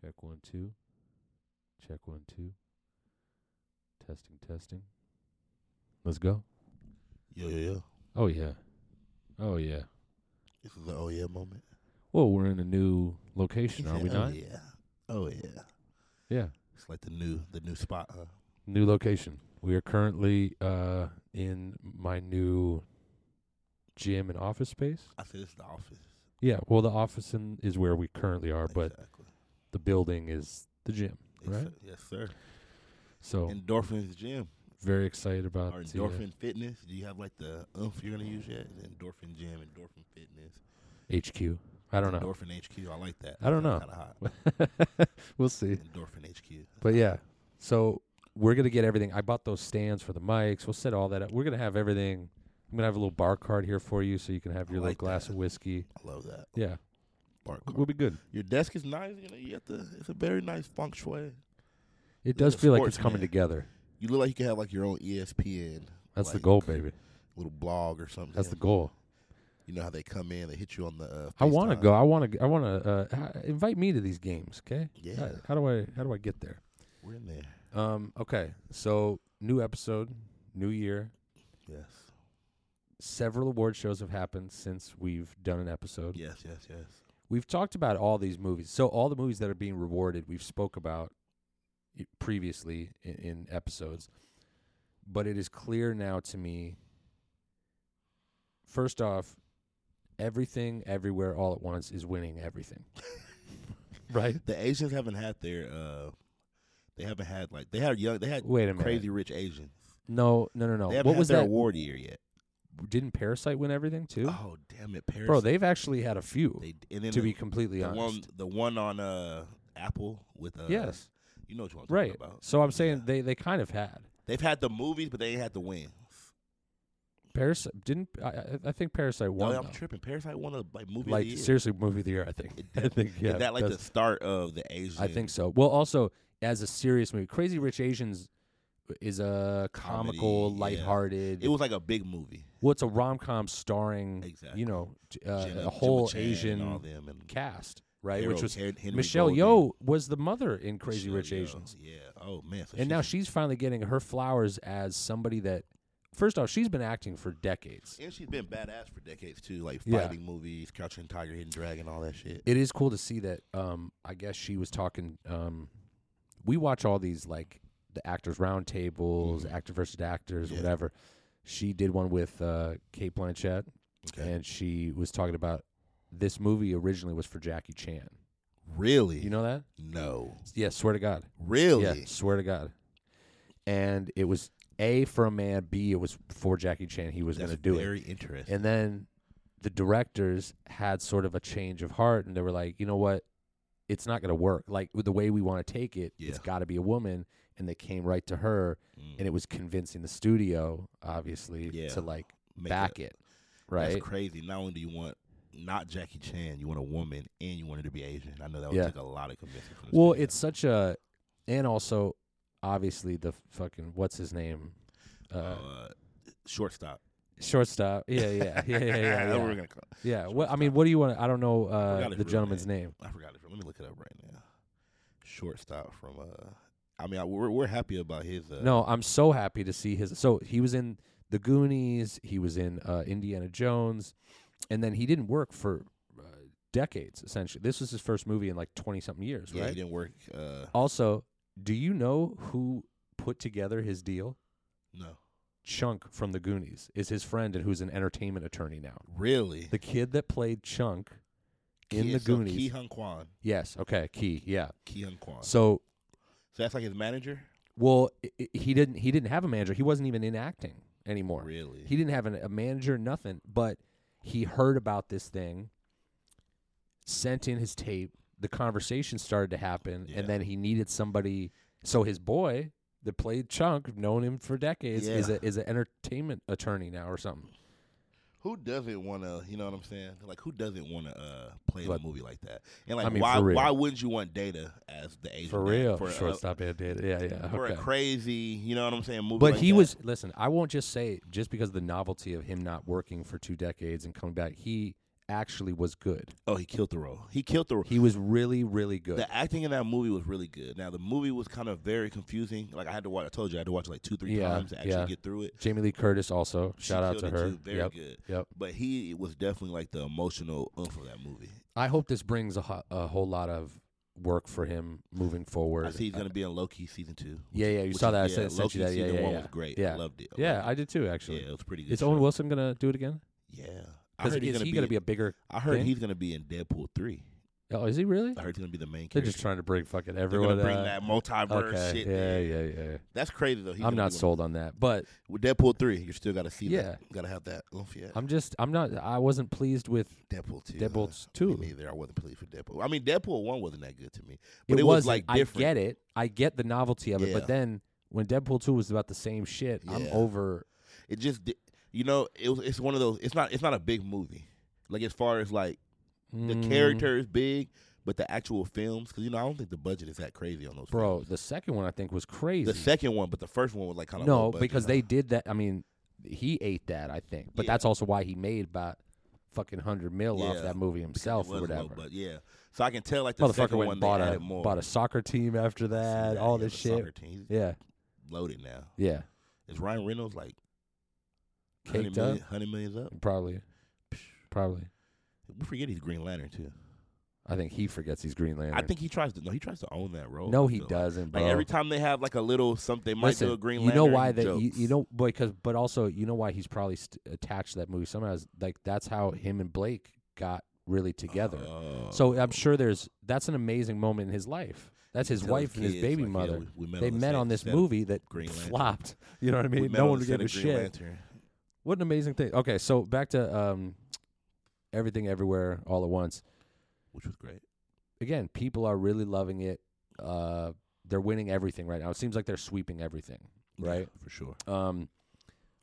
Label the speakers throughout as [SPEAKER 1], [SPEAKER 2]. [SPEAKER 1] Check one, two. Check one, two. Testing, testing. Let's go.
[SPEAKER 2] Yeah, yeah, yeah.
[SPEAKER 1] Oh, yeah. Oh, yeah.
[SPEAKER 2] This is an oh yeah moment.
[SPEAKER 1] Well, we're in a new location, are we
[SPEAKER 2] Yeah,
[SPEAKER 1] not?
[SPEAKER 2] Oh yeah. Oh yeah.
[SPEAKER 1] Yeah.
[SPEAKER 2] It's like the new the new spot, huh?
[SPEAKER 1] New location. We are currently uh, in my new gym and office space.
[SPEAKER 2] I said it's the office.
[SPEAKER 1] Yeah. Well, the office in, is where we currently are, but
[SPEAKER 2] exactly.
[SPEAKER 1] the building is the gym.
[SPEAKER 2] Yes,
[SPEAKER 1] right?
[SPEAKER 2] sir. Yes, sir. Oh.
[SPEAKER 1] So
[SPEAKER 2] Endorphins Gym
[SPEAKER 1] very excited about
[SPEAKER 2] or
[SPEAKER 1] the, uh,
[SPEAKER 2] Endorphin Fitness. Do you have like the oomph you're gonna use yet? Endorphin Gym, Endorphin Fitness.
[SPEAKER 1] HQ. I don't know.
[SPEAKER 2] Endorphin HQ. I like that.
[SPEAKER 1] I don't know.
[SPEAKER 2] Kind of hot.
[SPEAKER 1] we'll see.
[SPEAKER 2] Endorphin HQ.
[SPEAKER 1] But yeah, so we're gonna get everything. I bought those stands for the mics. We'll set all that up. We're gonna have everything. I'm gonna have a little bar card here for you, so you can have
[SPEAKER 2] I
[SPEAKER 1] your little
[SPEAKER 2] like
[SPEAKER 1] glass
[SPEAKER 2] that.
[SPEAKER 1] of whiskey.
[SPEAKER 2] I love that.
[SPEAKER 1] Yeah,
[SPEAKER 2] Bark
[SPEAKER 1] we'll be good.
[SPEAKER 2] Your desk is nice. You know, you got the. It's a very nice feng shui.
[SPEAKER 1] It
[SPEAKER 2] Little
[SPEAKER 1] does feel like it's
[SPEAKER 2] sportsman.
[SPEAKER 1] coming together.
[SPEAKER 2] You look like you could have like your own E ESPN
[SPEAKER 1] That's the
[SPEAKER 2] Like,
[SPEAKER 1] goal, baby.
[SPEAKER 2] little blog or something.
[SPEAKER 1] That's the goal.
[SPEAKER 2] You know how they come in, they hit you on the. Uh,
[SPEAKER 1] I want to
[SPEAKER 2] FaceTime.
[SPEAKER 1] go. I want to. I want to uh, h- invite me to these games. Okay.
[SPEAKER 2] Yeah.
[SPEAKER 1] How, how do I? How do I get there?
[SPEAKER 2] We're in there.
[SPEAKER 1] Um. Okay. So new episode, new year.
[SPEAKER 2] Yes.
[SPEAKER 1] Several award shows have happened since we've done an episode.
[SPEAKER 2] Yes. Yes. Yes.
[SPEAKER 1] We've talked about all these movies. So all the movies that are being rewarded, we've spoke about i- previously in, in episodes. But it is clear now to me. First off, everything, everywhere, all at once is winning everything. right?
[SPEAKER 2] The Asians haven't had their. uh They haven't had like they had young. They had
[SPEAKER 1] Wait a minute.
[SPEAKER 2] crazy rich Asians.
[SPEAKER 1] No, no, no, no.
[SPEAKER 2] They haven't
[SPEAKER 1] What
[SPEAKER 2] had
[SPEAKER 1] was
[SPEAKER 2] their
[SPEAKER 1] that?
[SPEAKER 2] award year yet.
[SPEAKER 1] Didn't Parasite win everything too?
[SPEAKER 2] Oh damn it, Paris.
[SPEAKER 1] Bro, they've actually had a few.
[SPEAKER 2] They and then
[SPEAKER 1] to
[SPEAKER 2] the,
[SPEAKER 1] be completely
[SPEAKER 2] the
[SPEAKER 1] honest.
[SPEAKER 2] one the one on uh Apple with uh
[SPEAKER 1] yes.
[SPEAKER 2] you know what you want to
[SPEAKER 1] Right.
[SPEAKER 2] talk about.
[SPEAKER 1] So I'm saying
[SPEAKER 2] Yeah.
[SPEAKER 1] they they kind of had.
[SPEAKER 2] They've had the movies, but they ain't had the wins.
[SPEAKER 1] Parasite didn't. I, I- I think Parasite
[SPEAKER 2] No,
[SPEAKER 1] won.
[SPEAKER 2] I'm
[SPEAKER 1] though.
[SPEAKER 2] tripping. Parasite won a like movie. of
[SPEAKER 1] like
[SPEAKER 2] the year.
[SPEAKER 1] seriously, movie of the year. I think.
[SPEAKER 2] It
[SPEAKER 1] I think yeah.
[SPEAKER 2] Is that like the
[SPEAKER 1] that's-
[SPEAKER 2] start of the Asian?
[SPEAKER 1] I think so. Well, also as a serious movie, Crazy Rich Asians is a comical,
[SPEAKER 2] Comedy, yeah.
[SPEAKER 1] lighthearted.
[SPEAKER 2] it was like a big movie.
[SPEAKER 1] well, it's a rom com starring
[SPEAKER 2] Exactly.
[SPEAKER 1] you know j- uh,
[SPEAKER 2] Jenna-
[SPEAKER 1] a
[SPEAKER 2] Jimmy
[SPEAKER 1] whole
[SPEAKER 2] Chan and
[SPEAKER 1] Asian
[SPEAKER 2] all them and
[SPEAKER 1] cast, right?
[SPEAKER 2] Harold
[SPEAKER 1] Which was
[SPEAKER 2] Hen- Henry
[SPEAKER 1] Michelle
[SPEAKER 2] Golding.
[SPEAKER 1] Yeoh was the mother in Crazy
[SPEAKER 2] Michelle
[SPEAKER 1] Rich
[SPEAKER 2] Yeoh.
[SPEAKER 1] Asians,
[SPEAKER 2] Yeah. Oh man. So
[SPEAKER 1] and now she's finally getting her flowers as somebody that. First off, she's been acting for decades.
[SPEAKER 2] and she's been badass for decades too, like
[SPEAKER 1] Yeah.
[SPEAKER 2] fighting movies, Crouching Tiger, Hidden Dragon, all that shit.
[SPEAKER 1] it is cool to see that um i guess she was talking um we watch all these like the actors roundtables actor versus actors
[SPEAKER 2] Mm-hmm. Yeah.
[SPEAKER 1] whatever she did one with uh kate blanchett
[SPEAKER 2] Okay.
[SPEAKER 1] and she was talking about this movie originally was for jackie chan
[SPEAKER 2] really?
[SPEAKER 1] you know that
[SPEAKER 2] no.
[SPEAKER 1] yeah swear to god
[SPEAKER 2] Really?
[SPEAKER 1] yeah swear to god and it was a for a man b it was for jackie chan he was
[SPEAKER 2] That's
[SPEAKER 1] going to do it
[SPEAKER 2] very interesting.
[SPEAKER 1] and then the directors had sort of a change of heart and they were like, you know what? It's not going to work. Like with the way we want to take it, it's
[SPEAKER 2] Yeah.
[SPEAKER 1] got to be a woman. And they came right to her
[SPEAKER 2] Mm.
[SPEAKER 1] and it was convincing the studio, obviously,
[SPEAKER 2] Yeah.
[SPEAKER 1] to like
[SPEAKER 2] Make
[SPEAKER 1] back
[SPEAKER 2] it-
[SPEAKER 1] it. Right.
[SPEAKER 2] That's crazy. Not only do you want not Jackie Chan, you want a woman, and you want her to be Asian. I know that would
[SPEAKER 1] Yeah.
[SPEAKER 2] take a lot of convincing. From the
[SPEAKER 1] Well,
[SPEAKER 2] studio.
[SPEAKER 1] it's such a, and also obviously the fucking, what's his name? Uh,
[SPEAKER 2] uh, shortstop.
[SPEAKER 1] shortstop. Yeah. Yeah. Yeah. Yeah. Yeah.
[SPEAKER 2] That's what
[SPEAKER 1] yeah.
[SPEAKER 2] we're gonna call.
[SPEAKER 1] yeah. What, I
[SPEAKER 2] shortstop.
[SPEAKER 1] mean, what do you want? I don't know
[SPEAKER 2] forgot
[SPEAKER 1] uh,
[SPEAKER 2] his
[SPEAKER 1] the
[SPEAKER 2] real
[SPEAKER 1] gentleman's name.
[SPEAKER 2] I forgot it. Let me look it up right now. Shortstop from. uh I mean, I, we're we're happy about his. Uh,
[SPEAKER 1] No, I'm so happy to see his. So he was in The Goonies. He was in uh, Indiana Jones, and then he didn't work for uh, decades. Essentially, this was his first movie in like 20 something years,
[SPEAKER 2] yeah,
[SPEAKER 1] right?
[SPEAKER 2] he didn't work. Uh,
[SPEAKER 1] Also, do you know who put together his deal?
[SPEAKER 2] no,
[SPEAKER 1] Chunk from The Goonies is his friend and who's an entertainment attorney now.
[SPEAKER 2] really.
[SPEAKER 1] The kid that played Chunk in
[SPEAKER 2] Ki-
[SPEAKER 1] The
[SPEAKER 2] so
[SPEAKER 1] Goonies.
[SPEAKER 2] Ki Hun Kwan.
[SPEAKER 1] yes. Okay. Key. Yeah.
[SPEAKER 2] Ki Hun Kwan. So,
[SPEAKER 1] So
[SPEAKER 2] that's like his manager.
[SPEAKER 1] well, i i- he didn't. He didn't have a manager. He wasn't even in acting anymore.
[SPEAKER 2] Really.
[SPEAKER 1] He didn't have an, a manager, nothing, but he heard about this thing, sent in his tape. The conversation started to happen,
[SPEAKER 2] Yeah.
[SPEAKER 1] and then he needed somebody. So his boy that played Chunk, known him for decades, is
[SPEAKER 2] Yeah.
[SPEAKER 1] a, is an entertainment attorney now or something.
[SPEAKER 2] who doesn't want to? You know what I'm saying? Like, who doesn't want to uh, play in a
[SPEAKER 1] But-
[SPEAKER 2] movie like that? And like,
[SPEAKER 1] I mean,
[SPEAKER 2] why
[SPEAKER 1] for real.
[SPEAKER 2] why wouldn't you want Data as the Asian
[SPEAKER 1] For
[SPEAKER 2] guy?
[SPEAKER 1] real,
[SPEAKER 2] For, a- uh,
[SPEAKER 1] shortstop and did yeah yeah.
[SPEAKER 2] for
[SPEAKER 1] okay.
[SPEAKER 2] a crazy, you know what I'm saying? Movie,
[SPEAKER 1] but
[SPEAKER 2] like
[SPEAKER 1] he
[SPEAKER 2] that.
[SPEAKER 1] was listen. I won't just say just because of the novelty of him not working for two decades and coming back. He actually was good.
[SPEAKER 2] Oh, he killed the role. He killed the role.
[SPEAKER 1] He was really, really good.
[SPEAKER 2] The acting in that movie was really good. Now the movie was kind of very confusing. Like I had to watch. I told you I had to watch it like two, three
[SPEAKER 1] Yeah,
[SPEAKER 2] times to actually
[SPEAKER 1] yeah.
[SPEAKER 2] get through it.
[SPEAKER 1] Jamie Lee Curtis also.
[SPEAKER 2] She
[SPEAKER 1] Shout out
[SPEAKER 2] killed
[SPEAKER 1] to
[SPEAKER 2] it,
[SPEAKER 1] her.
[SPEAKER 2] Too. Very
[SPEAKER 1] yep.
[SPEAKER 2] good.
[SPEAKER 1] Yep.
[SPEAKER 2] But he was definitely like the emotional oomph of that movie.
[SPEAKER 1] I hope this brings a, ho- a whole lot of work for him moving forward.
[SPEAKER 2] I see he's gonna be in Loki season two.
[SPEAKER 1] yeah, yeah. You
[SPEAKER 2] which
[SPEAKER 1] saw
[SPEAKER 2] is-
[SPEAKER 1] that. I
[SPEAKER 2] yeah,
[SPEAKER 1] said, sent
[SPEAKER 2] Loki
[SPEAKER 1] you that. Yeah,
[SPEAKER 2] season
[SPEAKER 1] yeah,
[SPEAKER 2] one
[SPEAKER 1] yeah.
[SPEAKER 2] was great.
[SPEAKER 1] Yeah.
[SPEAKER 2] I loved it. I
[SPEAKER 1] yeah,
[SPEAKER 2] loved
[SPEAKER 1] I did too.
[SPEAKER 2] it.
[SPEAKER 1] Actually,
[SPEAKER 2] yeah, it was a pretty good.
[SPEAKER 1] is Owen
[SPEAKER 2] show.
[SPEAKER 1] Wilson gonna do it again?
[SPEAKER 2] Yeah, I
[SPEAKER 1] 'Cause
[SPEAKER 2] heard he's
[SPEAKER 1] is
[SPEAKER 2] gonna
[SPEAKER 1] he
[SPEAKER 2] be.
[SPEAKER 1] gonna be a bigger?
[SPEAKER 2] I heard
[SPEAKER 1] thing?
[SPEAKER 2] he's gonna be in Deadpool three.
[SPEAKER 1] Oh, is he really?
[SPEAKER 2] I heard he's gonna be the main
[SPEAKER 1] They're
[SPEAKER 2] character.
[SPEAKER 1] just trying to bring fucking
[SPEAKER 2] They're gonna
[SPEAKER 1] everyone.
[SPEAKER 2] bring
[SPEAKER 1] uh,
[SPEAKER 2] that multiverse
[SPEAKER 1] okay.
[SPEAKER 2] shit.
[SPEAKER 1] yeah,
[SPEAKER 2] in.
[SPEAKER 1] yeah, yeah, yeah.
[SPEAKER 2] That's crazy though. He's
[SPEAKER 1] I'm
[SPEAKER 2] gonna
[SPEAKER 1] not
[SPEAKER 2] be one-
[SPEAKER 1] sold on that, but
[SPEAKER 2] With Deadpool three, you still got to see
[SPEAKER 1] Yeah.
[SPEAKER 2] that. Got to have that oomph. Yeah.
[SPEAKER 1] I'm just I'm not I wasn't pleased with
[SPEAKER 2] Deadpool two.
[SPEAKER 1] Deadpool
[SPEAKER 2] huh?
[SPEAKER 1] 2.
[SPEAKER 2] Me neither. I wasn't pleased for Deadpool. I mean, Deadpool one wasn't that good to me, but
[SPEAKER 1] it,
[SPEAKER 2] it, was like
[SPEAKER 1] I
[SPEAKER 2] different.
[SPEAKER 1] get it. I get the novelty of it,
[SPEAKER 2] Yeah.
[SPEAKER 1] but then when Deadpool 2 was about the same shit, I'm
[SPEAKER 2] Yeah.
[SPEAKER 1] over
[SPEAKER 2] It just, di- you know, it was. It's one of those. It's not. It's not a big movie. Like as far as like the
[SPEAKER 1] Mm,
[SPEAKER 2] character is big, but the actual films, because you know, I don't think the budget is that crazy on those.
[SPEAKER 1] Bro, the second one I think was
[SPEAKER 2] films.
[SPEAKER 1] crazy.
[SPEAKER 2] the second one, but the first one was like kind of
[SPEAKER 1] no, because they did that. I mean, he ate that, I think. But
[SPEAKER 2] Yeah.
[SPEAKER 1] that's also why he made about fucking 100 mil off
[SPEAKER 2] Yeah,
[SPEAKER 1] that movie himself or whatever.
[SPEAKER 2] But yeah, so I can tell like the
[SPEAKER 1] Motherfucker
[SPEAKER 2] second
[SPEAKER 1] went
[SPEAKER 2] one
[SPEAKER 1] and bought
[SPEAKER 2] they
[SPEAKER 1] a
[SPEAKER 2] added more.
[SPEAKER 1] bought a soccer team after
[SPEAKER 2] See
[SPEAKER 1] that, all
[SPEAKER 2] yeah,
[SPEAKER 1] this
[SPEAKER 2] the
[SPEAKER 1] shit.
[SPEAKER 2] soccer team, he's
[SPEAKER 1] Yeah.
[SPEAKER 2] loaded now.
[SPEAKER 1] Yeah.
[SPEAKER 2] Is Ryan Reynolds like
[SPEAKER 1] Caked
[SPEAKER 2] 100
[SPEAKER 1] up?
[SPEAKER 2] million, 100 millions up?
[SPEAKER 1] Probably. Probably.
[SPEAKER 2] We forget he's Green Lantern too.
[SPEAKER 1] I think he forgets he's Green Lantern.
[SPEAKER 2] I think he tries to no, he tries to own that role.
[SPEAKER 1] No,
[SPEAKER 2] I
[SPEAKER 1] he
[SPEAKER 2] feel like.
[SPEAKER 1] doesn't, bro.
[SPEAKER 2] Like every time they have like a little something, they might
[SPEAKER 1] Listen,
[SPEAKER 2] do a Green
[SPEAKER 1] you
[SPEAKER 2] Lantern.
[SPEAKER 1] know why
[SPEAKER 2] he
[SPEAKER 1] that you,
[SPEAKER 2] jokes.
[SPEAKER 1] you know because but also you know why he's probably st- attached to that movie somehow is like that's how him and Blake got really together.
[SPEAKER 2] Oh.
[SPEAKER 1] so I'm sure there's that's an amazing moment in his life. That's
[SPEAKER 2] You
[SPEAKER 1] his
[SPEAKER 2] tell
[SPEAKER 1] wife
[SPEAKER 2] the
[SPEAKER 1] and his
[SPEAKER 2] kids,
[SPEAKER 1] baby
[SPEAKER 2] like, yeah,
[SPEAKER 1] mother.
[SPEAKER 2] we- we met
[SPEAKER 1] they
[SPEAKER 2] the
[SPEAKER 1] met
[SPEAKER 2] set-
[SPEAKER 1] on this
[SPEAKER 2] set of-
[SPEAKER 1] movie that
[SPEAKER 2] Green Lantern.
[SPEAKER 1] flopped. You know what I
[SPEAKER 2] we
[SPEAKER 1] mean?
[SPEAKER 2] met
[SPEAKER 1] No
[SPEAKER 2] on
[SPEAKER 1] one
[SPEAKER 2] the
[SPEAKER 1] gave
[SPEAKER 2] set
[SPEAKER 1] a
[SPEAKER 2] of Green
[SPEAKER 1] shit.
[SPEAKER 2] Lantern.
[SPEAKER 1] What an amazing thing. Okay, so back to um, everything, everywhere, all at once.
[SPEAKER 2] which was great.
[SPEAKER 1] Again, people are really loving it. Uh, they're winning everything right now. It seems like they're sweeping everything. Right.
[SPEAKER 2] Yeah, for sure.
[SPEAKER 1] Um,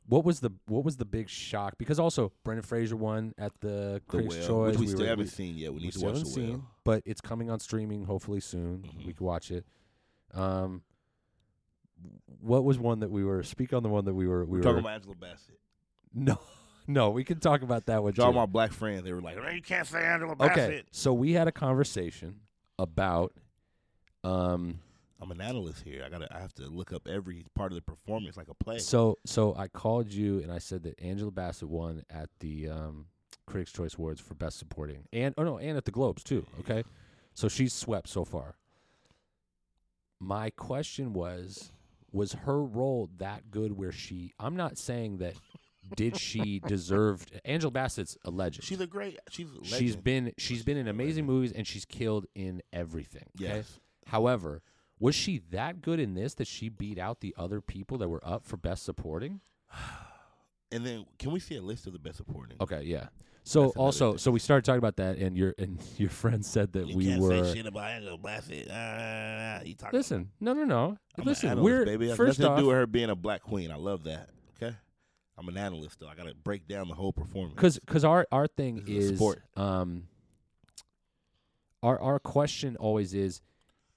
[SPEAKER 1] what was the what was the big shock? Because also Brendan Fraser won at the
[SPEAKER 2] The
[SPEAKER 1] Critics'
[SPEAKER 2] Whale,
[SPEAKER 1] Choice,
[SPEAKER 2] which we,
[SPEAKER 1] were-
[SPEAKER 2] still haven't seen yet. We
[SPEAKER 1] we
[SPEAKER 2] need to
[SPEAKER 1] still
[SPEAKER 2] watch
[SPEAKER 1] haven't
[SPEAKER 2] the
[SPEAKER 1] seen,
[SPEAKER 2] Whale.
[SPEAKER 1] but it's coming on streaming hopefully soon. We
[SPEAKER 2] Mhm.
[SPEAKER 1] can watch it. Um, what was one that we were speak on the one that we were we
[SPEAKER 2] We're
[SPEAKER 1] were
[SPEAKER 2] talking about Angela Bassett.
[SPEAKER 1] no no we can talk about that one.
[SPEAKER 2] All
[SPEAKER 1] too.
[SPEAKER 2] my black friends, they were like, "Hey, "You can't say Angela Bassett."
[SPEAKER 1] okay, so we had a conversation about um
[SPEAKER 2] I'm an analyst here. I gotta, I have to look up every part of the performance like a play.
[SPEAKER 1] So so I called you and I said that Angela Bassett won at the um, Critics Choice Awards for Best Supporting and oh no and at the Globes too. Okay, so she's swept so far. My question was, was her role that good? Where she? I'm not saying that. did she deserve? Angela Bassett's a legend.
[SPEAKER 2] She's a great. She's a
[SPEAKER 1] she's
[SPEAKER 2] legend.
[SPEAKER 1] been she's been in amazing movies and she's killed in everything. okay?
[SPEAKER 2] Yes.
[SPEAKER 1] However, was she that good in this that she beat out the other people that were up for best supporting?
[SPEAKER 2] And then, can we see a list of the best supporting?
[SPEAKER 1] Okay, yeah. So
[SPEAKER 2] That's another
[SPEAKER 1] also,
[SPEAKER 2] thing.
[SPEAKER 1] so we started talking about that, and your and your friend said that
[SPEAKER 2] You
[SPEAKER 1] we
[SPEAKER 2] can't
[SPEAKER 1] were.
[SPEAKER 2] say shit about Angela Bassett. Uh, you talking?
[SPEAKER 1] Listen, no, no, no.
[SPEAKER 2] I'm an
[SPEAKER 1] Listen,
[SPEAKER 2] analyst,
[SPEAKER 1] we're
[SPEAKER 2] baby. That's
[SPEAKER 1] first
[SPEAKER 2] nothing
[SPEAKER 1] off
[SPEAKER 2] to do with her being a black queen. I love that. Okay, I'm an analyst though. I gotta break down the whole performance.
[SPEAKER 1] because because our our thing
[SPEAKER 2] This is a
[SPEAKER 1] is
[SPEAKER 2] sport.
[SPEAKER 1] um. Our our question always is,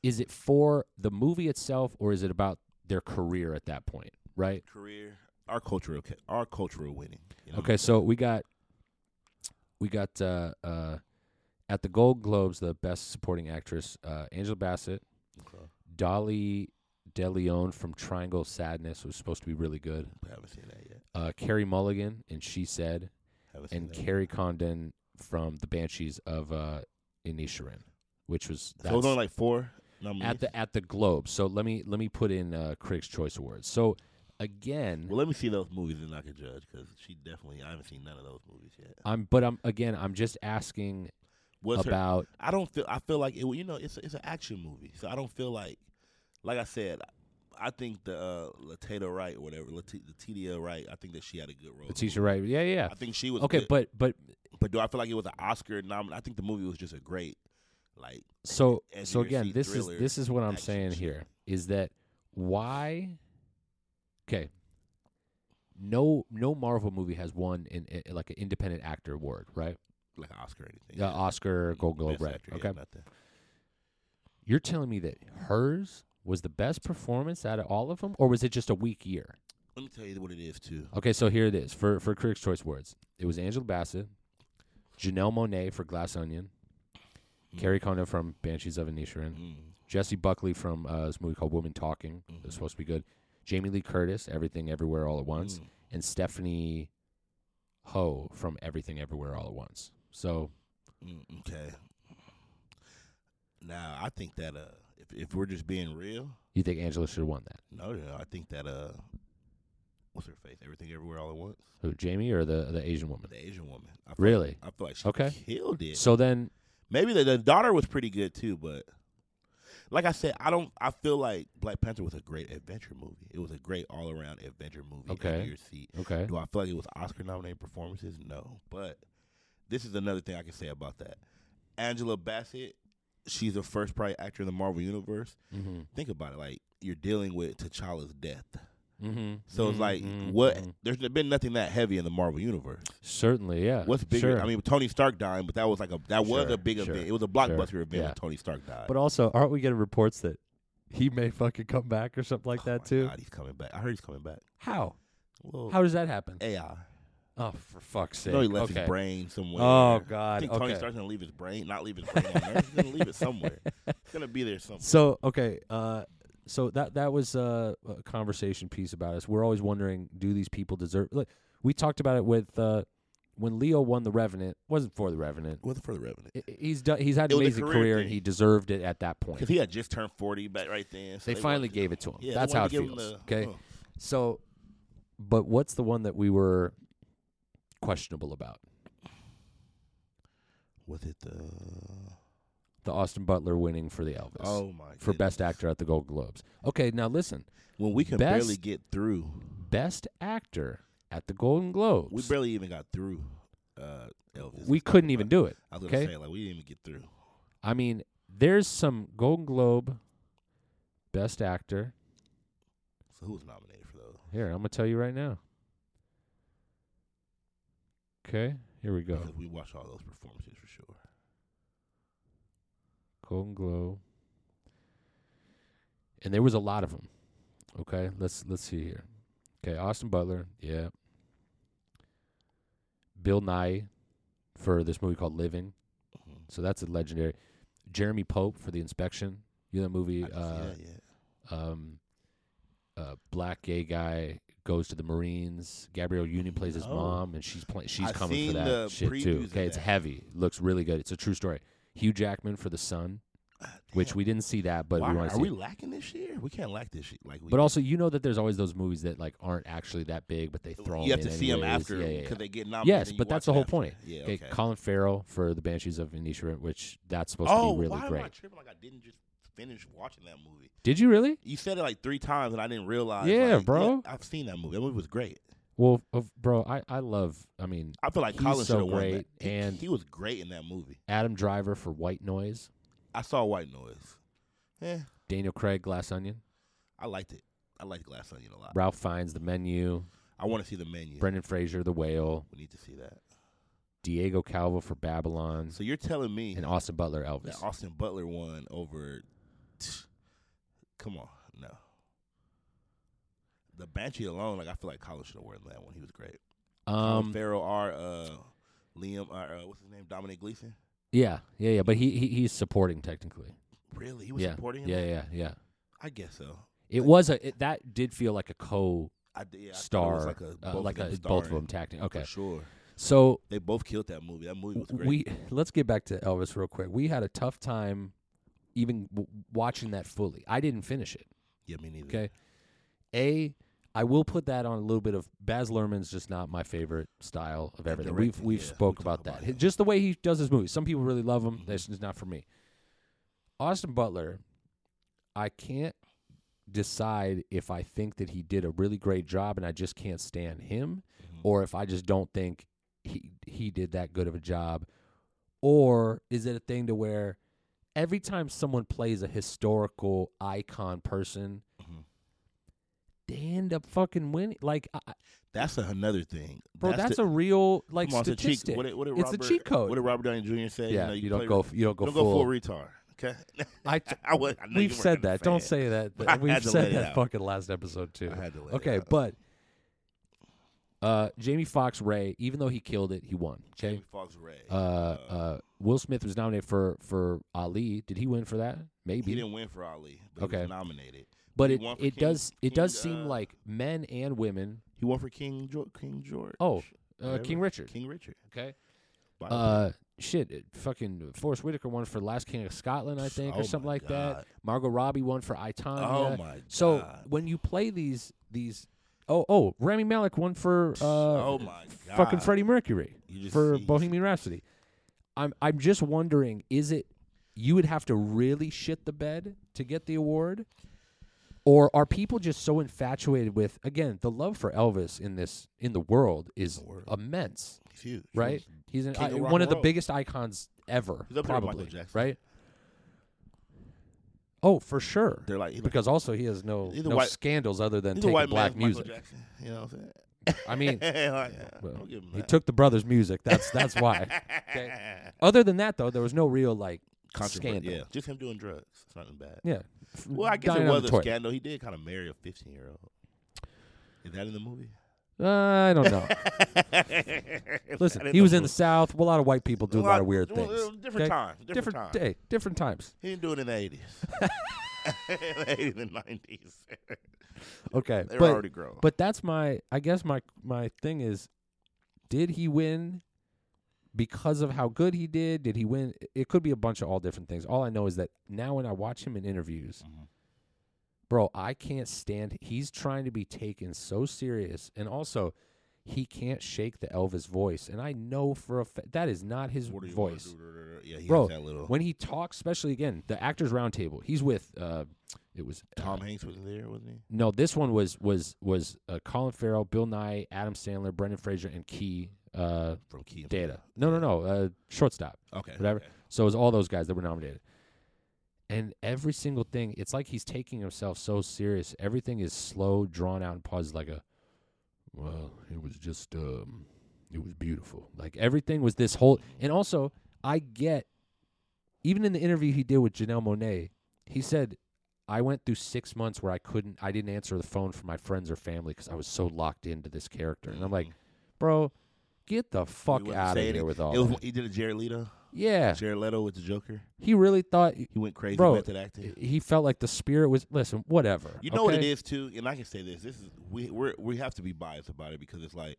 [SPEAKER 1] is it for the movie itself or is it about their career at that point, right?
[SPEAKER 2] career, our cultural, ca- our cultural winning. You know?
[SPEAKER 1] Okay, so we got we got uh, uh, at the Gold Globes the best supporting actress uh, Angela Bassett,
[SPEAKER 2] Okay.
[SPEAKER 1] Dolly DeLeon from Triangle of Sadness was supposed to be really good.
[SPEAKER 2] I haven't seen that yet.
[SPEAKER 1] Uh, Carrie Mulligan and She Said,
[SPEAKER 2] Haven't
[SPEAKER 1] and
[SPEAKER 2] seen that.
[SPEAKER 1] Carrie Condon from The Banshees of uh, Inisherin, which was
[SPEAKER 2] So it was
[SPEAKER 1] that's-
[SPEAKER 2] only like four. nominees?
[SPEAKER 1] at the at the Globe. So let me let me put in uh, Critics' Choice Awards. So again,
[SPEAKER 2] well, let me see those movies and I can judge because she definitely. I haven't seen none of those movies yet.
[SPEAKER 1] I'm but I'm again I'm just asking
[SPEAKER 2] What's her?
[SPEAKER 1] about
[SPEAKER 2] I don't feel. I feel like it, you know, it's a, it's an action movie, so I don't feel like, like I said, I think the uh, Latita Wright or whatever, Lati- Letitia Wright. I think that she had a good role. in the
[SPEAKER 1] Letitia Wright. Yeah, yeah. yeah.
[SPEAKER 2] movie. I think she was
[SPEAKER 1] Okay,
[SPEAKER 2] good,
[SPEAKER 1] but but
[SPEAKER 2] but do I feel like it was an Oscar nominee? I think the movie was just a great, like
[SPEAKER 1] so
[SPEAKER 2] edge of
[SPEAKER 1] so
[SPEAKER 2] your
[SPEAKER 1] again,
[SPEAKER 2] seat
[SPEAKER 1] this is
[SPEAKER 2] thriller
[SPEAKER 1] this is what I'm
[SPEAKER 2] action
[SPEAKER 1] saying
[SPEAKER 2] shit.
[SPEAKER 1] here is that why? Okay. No, no Marvel movie has won an i- like an independent actor award, right?
[SPEAKER 2] like an Oscar or anything.
[SPEAKER 1] Uh, Oscar, Gold Globe,
[SPEAKER 2] Best
[SPEAKER 1] right?
[SPEAKER 2] actor, yeah,
[SPEAKER 1] Okay.
[SPEAKER 2] nothing.
[SPEAKER 1] You're telling me that hers was the best performance out of all of them, or was it just a weak year?
[SPEAKER 2] Let me tell you what it is too.
[SPEAKER 1] Okay, so here it is for for Critics' Choice Awards. It was Angela Bassett, Janelle Monet for Glass Onion,
[SPEAKER 2] Mm.
[SPEAKER 1] Carrie Condon from Banshees of Inisherin,
[SPEAKER 2] Mm.
[SPEAKER 1] Jesse Buckley from uh, this movie called Woman Talking.
[SPEAKER 2] Mhm.
[SPEAKER 1] It's supposed to be good. Jamie Lee Curtis, Everything Everywhere All at Once,
[SPEAKER 2] Mm.
[SPEAKER 1] and Stephanie Ho from Everything Everywhere All at Once. So
[SPEAKER 2] Mm, okay. Now I think that uh, if if we're just being real,
[SPEAKER 1] you think Angela should have won that?
[SPEAKER 2] no, no, I think that uh, what's her face? Everything, everywhere, all at once.
[SPEAKER 1] Who, Jamie or the the Asian woman?
[SPEAKER 2] The Asian woman. I feel,
[SPEAKER 1] Really?
[SPEAKER 2] I feel like she
[SPEAKER 1] Okay.
[SPEAKER 2] killed it.
[SPEAKER 1] So then,
[SPEAKER 2] Maybe the, the daughter was pretty good too, but like I said, I don't. I feel like Black Panther was a great adventure movie. It was a great all around adventure movie.
[SPEAKER 1] Okay.
[SPEAKER 2] under your seat.
[SPEAKER 1] okay,
[SPEAKER 2] Do I feel like it was Oscar nominated performances? No, but this is another thing I can say about that. Angela Bassett, she's the first probably actor in the Marvel universe.
[SPEAKER 1] mm-hmm.
[SPEAKER 2] Think about it, like you're dealing with T'Challa's death,
[SPEAKER 1] Mm-hmm.
[SPEAKER 2] so it's like what? There's been nothing that heavy in the Marvel universe.
[SPEAKER 1] Certainly, yeah.
[SPEAKER 2] What's bigger?
[SPEAKER 1] Uh, Sure.
[SPEAKER 2] I mean, Tony Stark dying, but that was like a that was
[SPEAKER 1] Sure,
[SPEAKER 2] a big
[SPEAKER 1] sure,
[SPEAKER 2] event. It was a blockbuster
[SPEAKER 1] sure,
[SPEAKER 2] event
[SPEAKER 1] yeah.
[SPEAKER 2] when Tony Stark died.
[SPEAKER 1] but also, aren't we getting reports that he may fucking come back or something like
[SPEAKER 2] Oh
[SPEAKER 1] that
[SPEAKER 2] my
[SPEAKER 1] too?
[SPEAKER 2] God, he's coming back. I heard he's coming back.
[SPEAKER 1] How?
[SPEAKER 2] Well,
[SPEAKER 1] How does that happen?
[SPEAKER 2] AI?
[SPEAKER 1] Oh, for fuck's
[SPEAKER 2] You
[SPEAKER 1] sake!
[SPEAKER 2] know he left
[SPEAKER 1] okay.
[SPEAKER 2] his brain somewhere.
[SPEAKER 1] Oh
[SPEAKER 2] I
[SPEAKER 1] God.
[SPEAKER 2] think Tony
[SPEAKER 1] Okay.
[SPEAKER 2] Stark's gonna leave his brain, not leave his brain on Earth. He's gonna leave it somewhere. It's gonna be there somewhere.
[SPEAKER 1] So okay, uh, so that that was uh, a conversation piece about us. We're always wondering, do these people deserve? Look, we talked about it with uh, when Leo won the Revenant. wasn't for the Revenant.
[SPEAKER 2] Wasn't for the Revenant
[SPEAKER 1] I- I- He's done. He's had
[SPEAKER 2] It
[SPEAKER 1] an
[SPEAKER 2] was a
[SPEAKER 1] amazing
[SPEAKER 2] career
[SPEAKER 1] career, and
[SPEAKER 2] thing.
[SPEAKER 1] he deserved it at that point.
[SPEAKER 2] because he had just turned forty back right then. so
[SPEAKER 1] they,
[SPEAKER 2] wanted
[SPEAKER 1] finally
[SPEAKER 2] to-
[SPEAKER 1] gave it to him.
[SPEAKER 2] Yeah, they
[SPEAKER 1] That's
[SPEAKER 2] wanted
[SPEAKER 1] how it
[SPEAKER 2] to give him
[SPEAKER 1] feels.
[SPEAKER 2] the-
[SPEAKER 1] okay,
[SPEAKER 2] uh,
[SPEAKER 1] so, but what's the one that we were questionable about?
[SPEAKER 2] was it the?
[SPEAKER 1] The Austin Butler winning for the Elvis
[SPEAKER 2] Oh my!
[SPEAKER 1] for
[SPEAKER 2] goodness.
[SPEAKER 1] Best Actor at the Golden Globes. Okay, now listen,
[SPEAKER 2] when we can
[SPEAKER 1] best-
[SPEAKER 2] barely get through.
[SPEAKER 1] Best Actor at the Golden Globes.
[SPEAKER 2] We barely even got through. Uh, Elvis.
[SPEAKER 1] we couldn't even do it.
[SPEAKER 2] I was gonna
[SPEAKER 1] okay.
[SPEAKER 2] say like we didn't even get through.
[SPEAKER 1] I mean, there's some Golden Globe Best Actor.
[SPEAKER 2] So who was nominated for those?
[SPEAKER 1] Here, I'm gonna tell you right now. Okay, here we go.
[SPEAKER 2] Because we watched all those performances for sure.
[SPEAKER 1] Golden Globe. And there was a lot of them. Okay, let's let's see here. Okay, Austin Butler, yeah. Bill Nye for this movie called Living.
[SPEAKER 2] Mhm.
[SPEAKER 1] So that's a legendary. Jeremy Pope for The Inspection. You know that movie
[SPEAKER 2] I didn't see
[SPEAKER 1] uh,
[SPEAKER 2] that yet.
[SPEAKER 1] um, a black gay guy goes to the Marines. Gabrielle Union plays his
[SPEAKER 2] Oh.
[SPEAKER 1] mom, and she's playing. She's
[SPEAKER 2] I've
[SPEAKER 1] coming for
[SPEAKER 2] seen
[SPEAKER 1] that
[SPEAKER 2] the
[SPEAKER 1] shit
[SPEAKER 2] previews
[SPEAKER 1] too.
[SPEAKER 2] of
[SPEAKER 1] Okay, it's
[SPEAKER 2] that.
[SPEAKER 1] heavy. It looks really good. It's a true story. Hugh Jackman for the Sun,
[SPEAKER 2] Ah,
[SPEAKER 1] which
[SPEAKER 2] damn.
[SPEAKER 1] we didn't see that, but
[SPEAKER 2] Why
[SPEAKER 1] we want
[SPEAKER 2] are
[SPEAKER 1] to see.
[SPEAKER 2] we
[SPEAKER 1] it.
[SPEAKER 2] lacking this year? We can't lack this year. Like, we
[SPEAKER 1] But also, you know that there's always those movies that like aren't actually that big, but they throw.
[SPEAKER 2] you
[SPEAKER 1] 'em
[SPEAKER 2] have to
[SPEAKER 1] in
[SPEAKER 2] see them
[SPEAKER 1] anyways.
[SPEAKER 2] after
[SPEAKER 1] Yeah,
[SPEAKER 2] because
[SPEAKER 1] yeah, yeah.
[SPEAKER 2] they get nominated.
[SPEAKER 1] Yes,
[SPEAKER 2] and you
[SPEAKER 1] but that's the
[SPEAKER 2] watch it
[SPEAKER 1] whole
[SPEAKER 2] after.
[SPEAKER 1] point.
[SPEAKER 2] Yeah.
[SPEAKER 1] Okay,
[SPEAKER 2] Okay.
[SPEAKER 1] Colin Farrell for the Banshees of Inisherin, which that's supposed
[SPEAKER 2] oh,
[SPEAKER 1] to be
[SPEAKER 2] why
[SPEAKER 1] really
[SPEAKER 2] am I
[SPEAKER 1] great.
[SPEAKER 2] tripping? Like I didn't just finish watching that movie.
[SPEAKER 1] Did you really?
[SPEAKER 2] You said it like three times, and I didn't realize.
[SPEAKER 1] Yeah,
[SPEAKER 2] like,
[SPEAKER 1] bro.
[SPEAKER 2] I've seen that movie. That movie was great.
[SPEAKER 1] Well, of, bro, I I love. I mean,
[SPEAKER 2] I feel like
[SPEAKER 1] He's
[SPEAKER 2] Colin
[SPEAKER 1] so
[SPEAKER 2] should have won that.
[SPEAKER 1] great,
[SPEAKER 2] He-
[SPEAKER 1] and-
[SPEAKER 2] he was great in that movie.
[SPEAKER 1] Adam Driver for White Noise.
[SPEAKER 2] I saw White Noise. Yeah,
[SPEAKER 1] Daniel Craig, Glass Onion.
[SPEAKER 2] I liked it. I liked Glass Onion a lot.
[SPEAKER 1] Ralph Fiennes, The Menu.
[SPEAKER 2] I want to see the menu.
[SPEAKER 1] Brendan Fraser, The Whale.
[SPEAKER 2] We need to see that.
[SPEAKER 1] Diego Calva for Babylon.
[SPEAKER 2] So you're telling me
[SPEAKER 1] And Austin Butler, Elvis.
[SPEAKER 2] that Austin Butler won over. Come on, no. The Banshee alone, like I feel like Colin should have won that one. He was great. Um,
[SPEAKER 1] Um,
[SPEAKER 2] Farrell R. Uh, Liam, R, uh, what's his name? Dominic Gleason.
[SPEAKER 1] yeah, yeah, yeah. But he, he he's supporting technically.
[SPEAKER 2] Really, he was
[SPEAKER 1] yeah,
[SPEAKER 2] supporting him.
[SPEAKER 1] yeah, yeah, yeah.
[SPEAKER 2] I guess so.
[SPEAKER 1] It was a it, that did feel like a co
[SPEAKER 2] I did. Yeah, I thought it
[SPEAKER 1] star,
[SPEAKER 2] was
[SPEAKER 1] like
[SPEAKER 2] like a
[SPEAKER 1] uh,
[SPEAKER 2] both of
[SPEAKER 1] like
[SPEAKER 2] them
[SPEAKER 1] a both of
[SPEAKER 2] starring,
[SPEAKER 1] them tactic. Okay,
[SPEAKER 2] For sure,
[SPEAKER 1] so
[SPEAKER 2] they both killed that movie. That movie was great.
[SPEAKER 1] we let's get back to Elvis real quick. We had a tough time even w- watching that fully. I didn't finish it.
[SPEAKER 2] yeah, me neither.
[SPEAKER 1] Okay. A, I will put that on a little bit of Baz Luhrmann's just not my favorite style of everything. We've
[SPEAKER 2] directing,
[SPEAKER 1] we've
[SPEAKER 2] yeah, we
[SPEAKER 1] spoke
[SPEAKER 2] talked
[SPEAKER 1] about
[SPEAKER 2] about
[SPEAKER 1] that.
[SPEAKER 2] him.
[SPEAKER 1] Just the way he does his movies. Some people really love him.
[SPEAKER 2] Mhm.
[SPEAKER 1] This is not for me. Austin Butler, I can't decide if I think that he did a really great job and I just can't stand him,
[SPEAKER 2] Mhm.
[SPEAKER 1] or if I just don't think he he did that good of a job, or is it a thing to where every time someone plays a historical icon person
[SPEAKER 2] Mhm.
[SPEAKER 1] they end up fucking winning. Like, I, I-
[SPEAKER 2] That's a, another thing,
[SPEAKER 1] bro, that's,
[SPEAKER 2] the-
[SPEAKER 1] a real like
[SPEAKER 2] come on, it's a cheat-
[SPEAKER 1] statistic.
[SPEAKER 2] What did, what did
[SPEAKER 1] It's a
[SPEAKER 2] Robert,
[SPEAKER 1] cheat code.
[SPEAKER 2] What did Robert Downey Jr. say?
[SPEAKER 1] yeah,
[SPEAKER 2] know,
[SPEAKER 1] you,
[SPEAKER 2] can
[SPEAKER 1] don't
[SPEAKER 2] play-
[SPEAKER 1] go. f- You don't go
[SPEAKER 2] don't
[SPEAKER 1] full.
[SPEAKER 2] go full retard. Okay,
[SPEAKER 1] I,
[SPEAKER 2] I was. I know you
[SPEAKER 1] we've
[SPEAKER 2] weren't
[SPEAKER 1] said
[SPEAKER 2] a
[SPEAKER 1] that. Don't
[SPEAKER 2] fan.
[SPEAKER 1] say that.
[SPEAKER 2] I
[SPEAKER 1] We've
[SPEAKER 2] had to let
[SPEAKER 1] said
[SPEAKER 2] it
[SPEAKER 1] that
[SPEAKER 2] out.
[SPEAKER 1] fucking last episode too.
[SPEAKER 2] I had to let it
[SPEAKER 1] Okay,
[SPEAKER 2] out.
[SPEAKER 1] but Uh, Jamie Foxx Ray, even though he killed it, he won. Okay.
[SPEAKER 2] Jamie Foxx Ray.
[SPEAKER 1] Uh, uh, Will Smith was nominated for for Ali. Did he win for that?
[SPEAKER 2] he
[SPEAKER 1] Maybe.
[SPEAKER 2] didn't win for Ali, but he
[SPEAKER 1] Okay.
[SPEAKER 2] was nominated.
[SPEAKER 1] But
[SPEAKER 2] he
[SPEAKER 1] it
[SPEAKER 2] won for
[SPEAKER 1] it
[SPEAKER 2] King-
[SPEAKER 1] does it does
[SPEAKER 2] King,
[SPEAKER 1] seem
[SPEAKER 2] uh,
[SPEAKER 1] like men and women.
[SPEAKER 2] He won for King George. King George.
[SPEAKER 1] Oh, uh,
[SPEAKER 2] whatever.
[SPEAKER 1] King Richard.
[SPEAKER 2] King Richard.
[SPEAKER 1] Okay.
[SPEAKER 2] By the way.
[SPEAKER 1] Uh, shit. It, fucking Forrest Whitaker won for Last King of Scotland, I think,
[SPEAKER 2] Oh
[SPEAKER 1] or something
[SPEAKER 2] my
[SPEAKER 1] like that.
[SPEAKER 2] God.
[SPEAKER 1] Margot Robbie won for I Tonya.
[SPEAKER 2] Oh my god.
[SPEAKER 1] uh, So when you play these these oh oh Rami Malek won for uh
[SPEAKER 2] Oh my
[SPEAKER 1] fucking
[SPEAKER 2] God.
[SPEAKER 1] Freddie Mercury
[SPEAKER 2] You just
[SPEAKER 1] for
[SPEAKER 2] see-
[SPEAKER 1] Bohemian Rhapsody. I'm I'm just wondering is it you would have to really shit the bed to get the award or are people just so infatuated with again the love for Elvis in this in the world is
[SPEAKER 2] world.
[SPEAKER 1] immense
[SPEAKER 2] He's huge. He
[SPEAKER 1] right
[SPEAKER 2] was-
[SPEAKER 1] he's an,
[SPEAKER 2] king
[SPEAKER 1] I-
[SPEAKER 2] of rock
[SPEAKER 1] one
[SPEAKER 2] and
[SPEAKER 1] of the
[SPEAKER 2] roll.
[SPEAKER 1] biggest icons ever
[SPEAKER 2] He's up there with Michael
[SPEAKER 1] probably
[SPEAKER 2] Jackson.
[SPEAKER 1] right Oh for sure
[SPEAKER 2] They're like he's like-
[SPEAKER 1] because also he has no,
[SPEAKER 2] He's a
[SPEAKER 1] no
[SPEAKER 2] white-
[SPEAKER 1] scandals other than
[SPEAKER 2] he's a
[SPEAKER 1] taking
[SPEAKER 2] white
[SPEAKER 1] black
[SPEAKER 2] man, Michael
[SPEAKER 1] music.
[SPEAKER 2] Jackson, you know what I'm saying?
[SPEAKER 1] I mean,
[SPEAKER 2] Like,
[SPEAKER 1] well,
[SPEAKER 2] don't give him
[SPEAKER 1] he
[SPEAKER 2] that.
[SPEAKER 1] took the brothers' music. That's that's why. Other than that, though, there was no real like
[SPEAKER 2] Controversy,
[SPEAKER 1] scandal.
[SPEAKER 2] Yeah, just him doing drugs. It's nothing bad.
[SPEAKER 1] Yeah. F-
[SPEAKER 2] Well, I guess
[SPEAKER 1] dining
[SPEAKER 2] it
[SPEAKER 1] on
[SPEAKER 2] was
[SPEAKER 1] the
[SPEAKER 2] a
[SPEAKER 1] toilet.
[SPEAKER 2] scandal. He did kind of marry a 15 year old. Is that in the movie?
[SPEAKER 1] Uh, I don't know. Listen, he was in the South. A lot of white people do a lot of weird
[SPEAKER 2] well,
[SPEAKER 1] things.
[SPEAKER 2] uh, Different
[SPEAKER 1] okay?
[SPEAKER 2] time. Different, time.
[SPEAKER 1] different day, different times.
[SPEAKER 2] He didn't do it in the 80s. in the 80s and 90s.
[SPEAKER 1] Okay,
[SPEAKER 2] They were
[SPEAKER 1] but
[SPEAKER 2] already grown.
[SPEAKER 1] but that's my. I guess my my thing is, did he win? Because of how good he did, did he win? It could be a bunch of all different things. All I know is that now when I watch him in interviews,
[SPEAKER 2] Mhm.
[SPEAKER 1] bro, I can't stand. He's trying to be taken so serious, and also, he can't shake the Elvis voice. And I know for a fact that is not his
[SPEAKER 2] What do you wanna
[SPEAKER 1] voice,
[SPEAKER 2] do? Yeah, he
[SPEAKER 1] bro.
[SPEAKER 2] has that little.
[SPEAKER 1] When he talks, especially again, the Actors Roundtable, he's with. Uh, it was uh,
[SPEAKER 2] Tom Hanks was there, wasn't he?
[SPEAKER 1] No, this one was was was uh, Colin Farrell, Bill Nye, Adam Sandler, Brendan Fraser, and Key uh,
[SPEAKER 2] From Key. and
[SPEAKER 1] Data. No, no, no, uh, shortstop.
[SPEAKER 2] Peele. Okay.
[SPEAKER 1] whatever.
[SPEAKER 2] okay.
[SPEAKER 1] So it was all those guys that were nominated. And every single thing, it's like he's taking himself so serious. Everything is slow, drawn out, and paused. Like a, well, it was just, um, it was beautiful. Like everything was this whole. And also, I get, even in the interview he did with Janelle Monet, he said, I went through six months where I couldn't, I didn't answer the phone for my friends or family because I was so locked into this character. And I'm like,
[SPEAKER 2] Mhm.
[SPEAKER 1] bro, get the fuck
[SPEAKER 2] wouldn't
[SPEAKER 1] out of
[SPEAKER 2] say
[SPEAKER 1] here
[SPEAKER 2] anything.
[SPEAKER 1] with all
[SPEAKER 2] It was,
[SPEAKER 1] that.
[SPEAKER 2] he did a Jared Leto.
[SPEAKER 1] Yeah.
[SPEAKER 2] Jared Leto with the Joker.
[SPEAKER 1] He really thought
[SPEAKER 2] He went crazy
[SPEAKER 1] Bro,
[SPEAKER 2] method acting.
[SPEAKER 1] he felt like the spirit was listen whatever
[SPEAKER 2] You know what it
[SPEAKER 1] okay?
[SPEAKER 2] is too, and I can say this: this is we we're, we have to be biased about it because it's like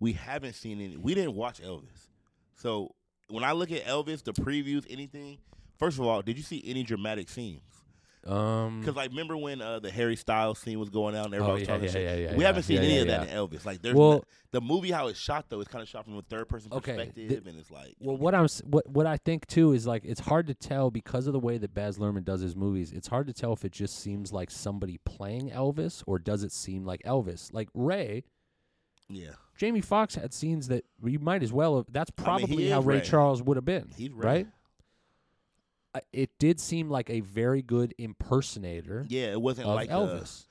[SPEAKER 2] we haven't seen any. We didn't watch Elvis, so when I look at Elvis, the previews, anything. First of all, did you see any dramatic scenes?
[SPEAKER 1] um
[SPEAKER 2] Because like, remember when uh, the Harry Styles scene was going on, and everybody
[SPEAKER 1] Oh,
[SPEAKER 2] was
[SPEAKER 1] yeah,
[SPEAKER 2] talking
[SPEAKER 1] yeah,
[SPEAKER 2] shit.
[SPEAKER 1] yeah, yeah,
[SPEAKER 2] we
[SPEAKER 1] yeah.
[SPEAKER 2] haven't seen
[SPEAKER 1] Yeah,
[SPEAKER 2] any
[SPEAKER 1] yeah,
[SPEAKER 2] of that
[SPEAKER 1] yeah.
[SPEAKER 2] in Elvis. Like, there's
[SPEAKER 1] Well-
[SPEAKER 2] no- the movie how it's shot though. It's kind of shot from a third person
[SPEAKER 1] Okay,
[SPEAKER 2] perspective,
[SPEAKER 1] th-
[SPEAKER 2] and it's like
[SPEAKER 1] well what i'm s- what what i think too is like it's hard to tell because of the way that baz luhrmann does his movies it's hard to tell if it just seems like somebody playing elvis or does it seem like elvis like ray
[SPEAKER 2] yeah,
[SPEAKER 1] jamie Foxx had scenes that you might as well have that's
[SPEAKER 2] I mean, he
[SPEAKER 1] probably how
[SPEAKER 2] is
[SPEAKER 1] ray,
[SPEAKER 2] Ray.
[SPEAKER 1] charles would have been
[SPEAKER 2] he's right.
[SPEAKER 1] right I- it did seem like a very good impersonator
[SPEAKER 2] Yeah, it wasn't
[SPEAKER 1] of
[SPEAKER 2] like uh, a-
[SPEAKER 1] elvis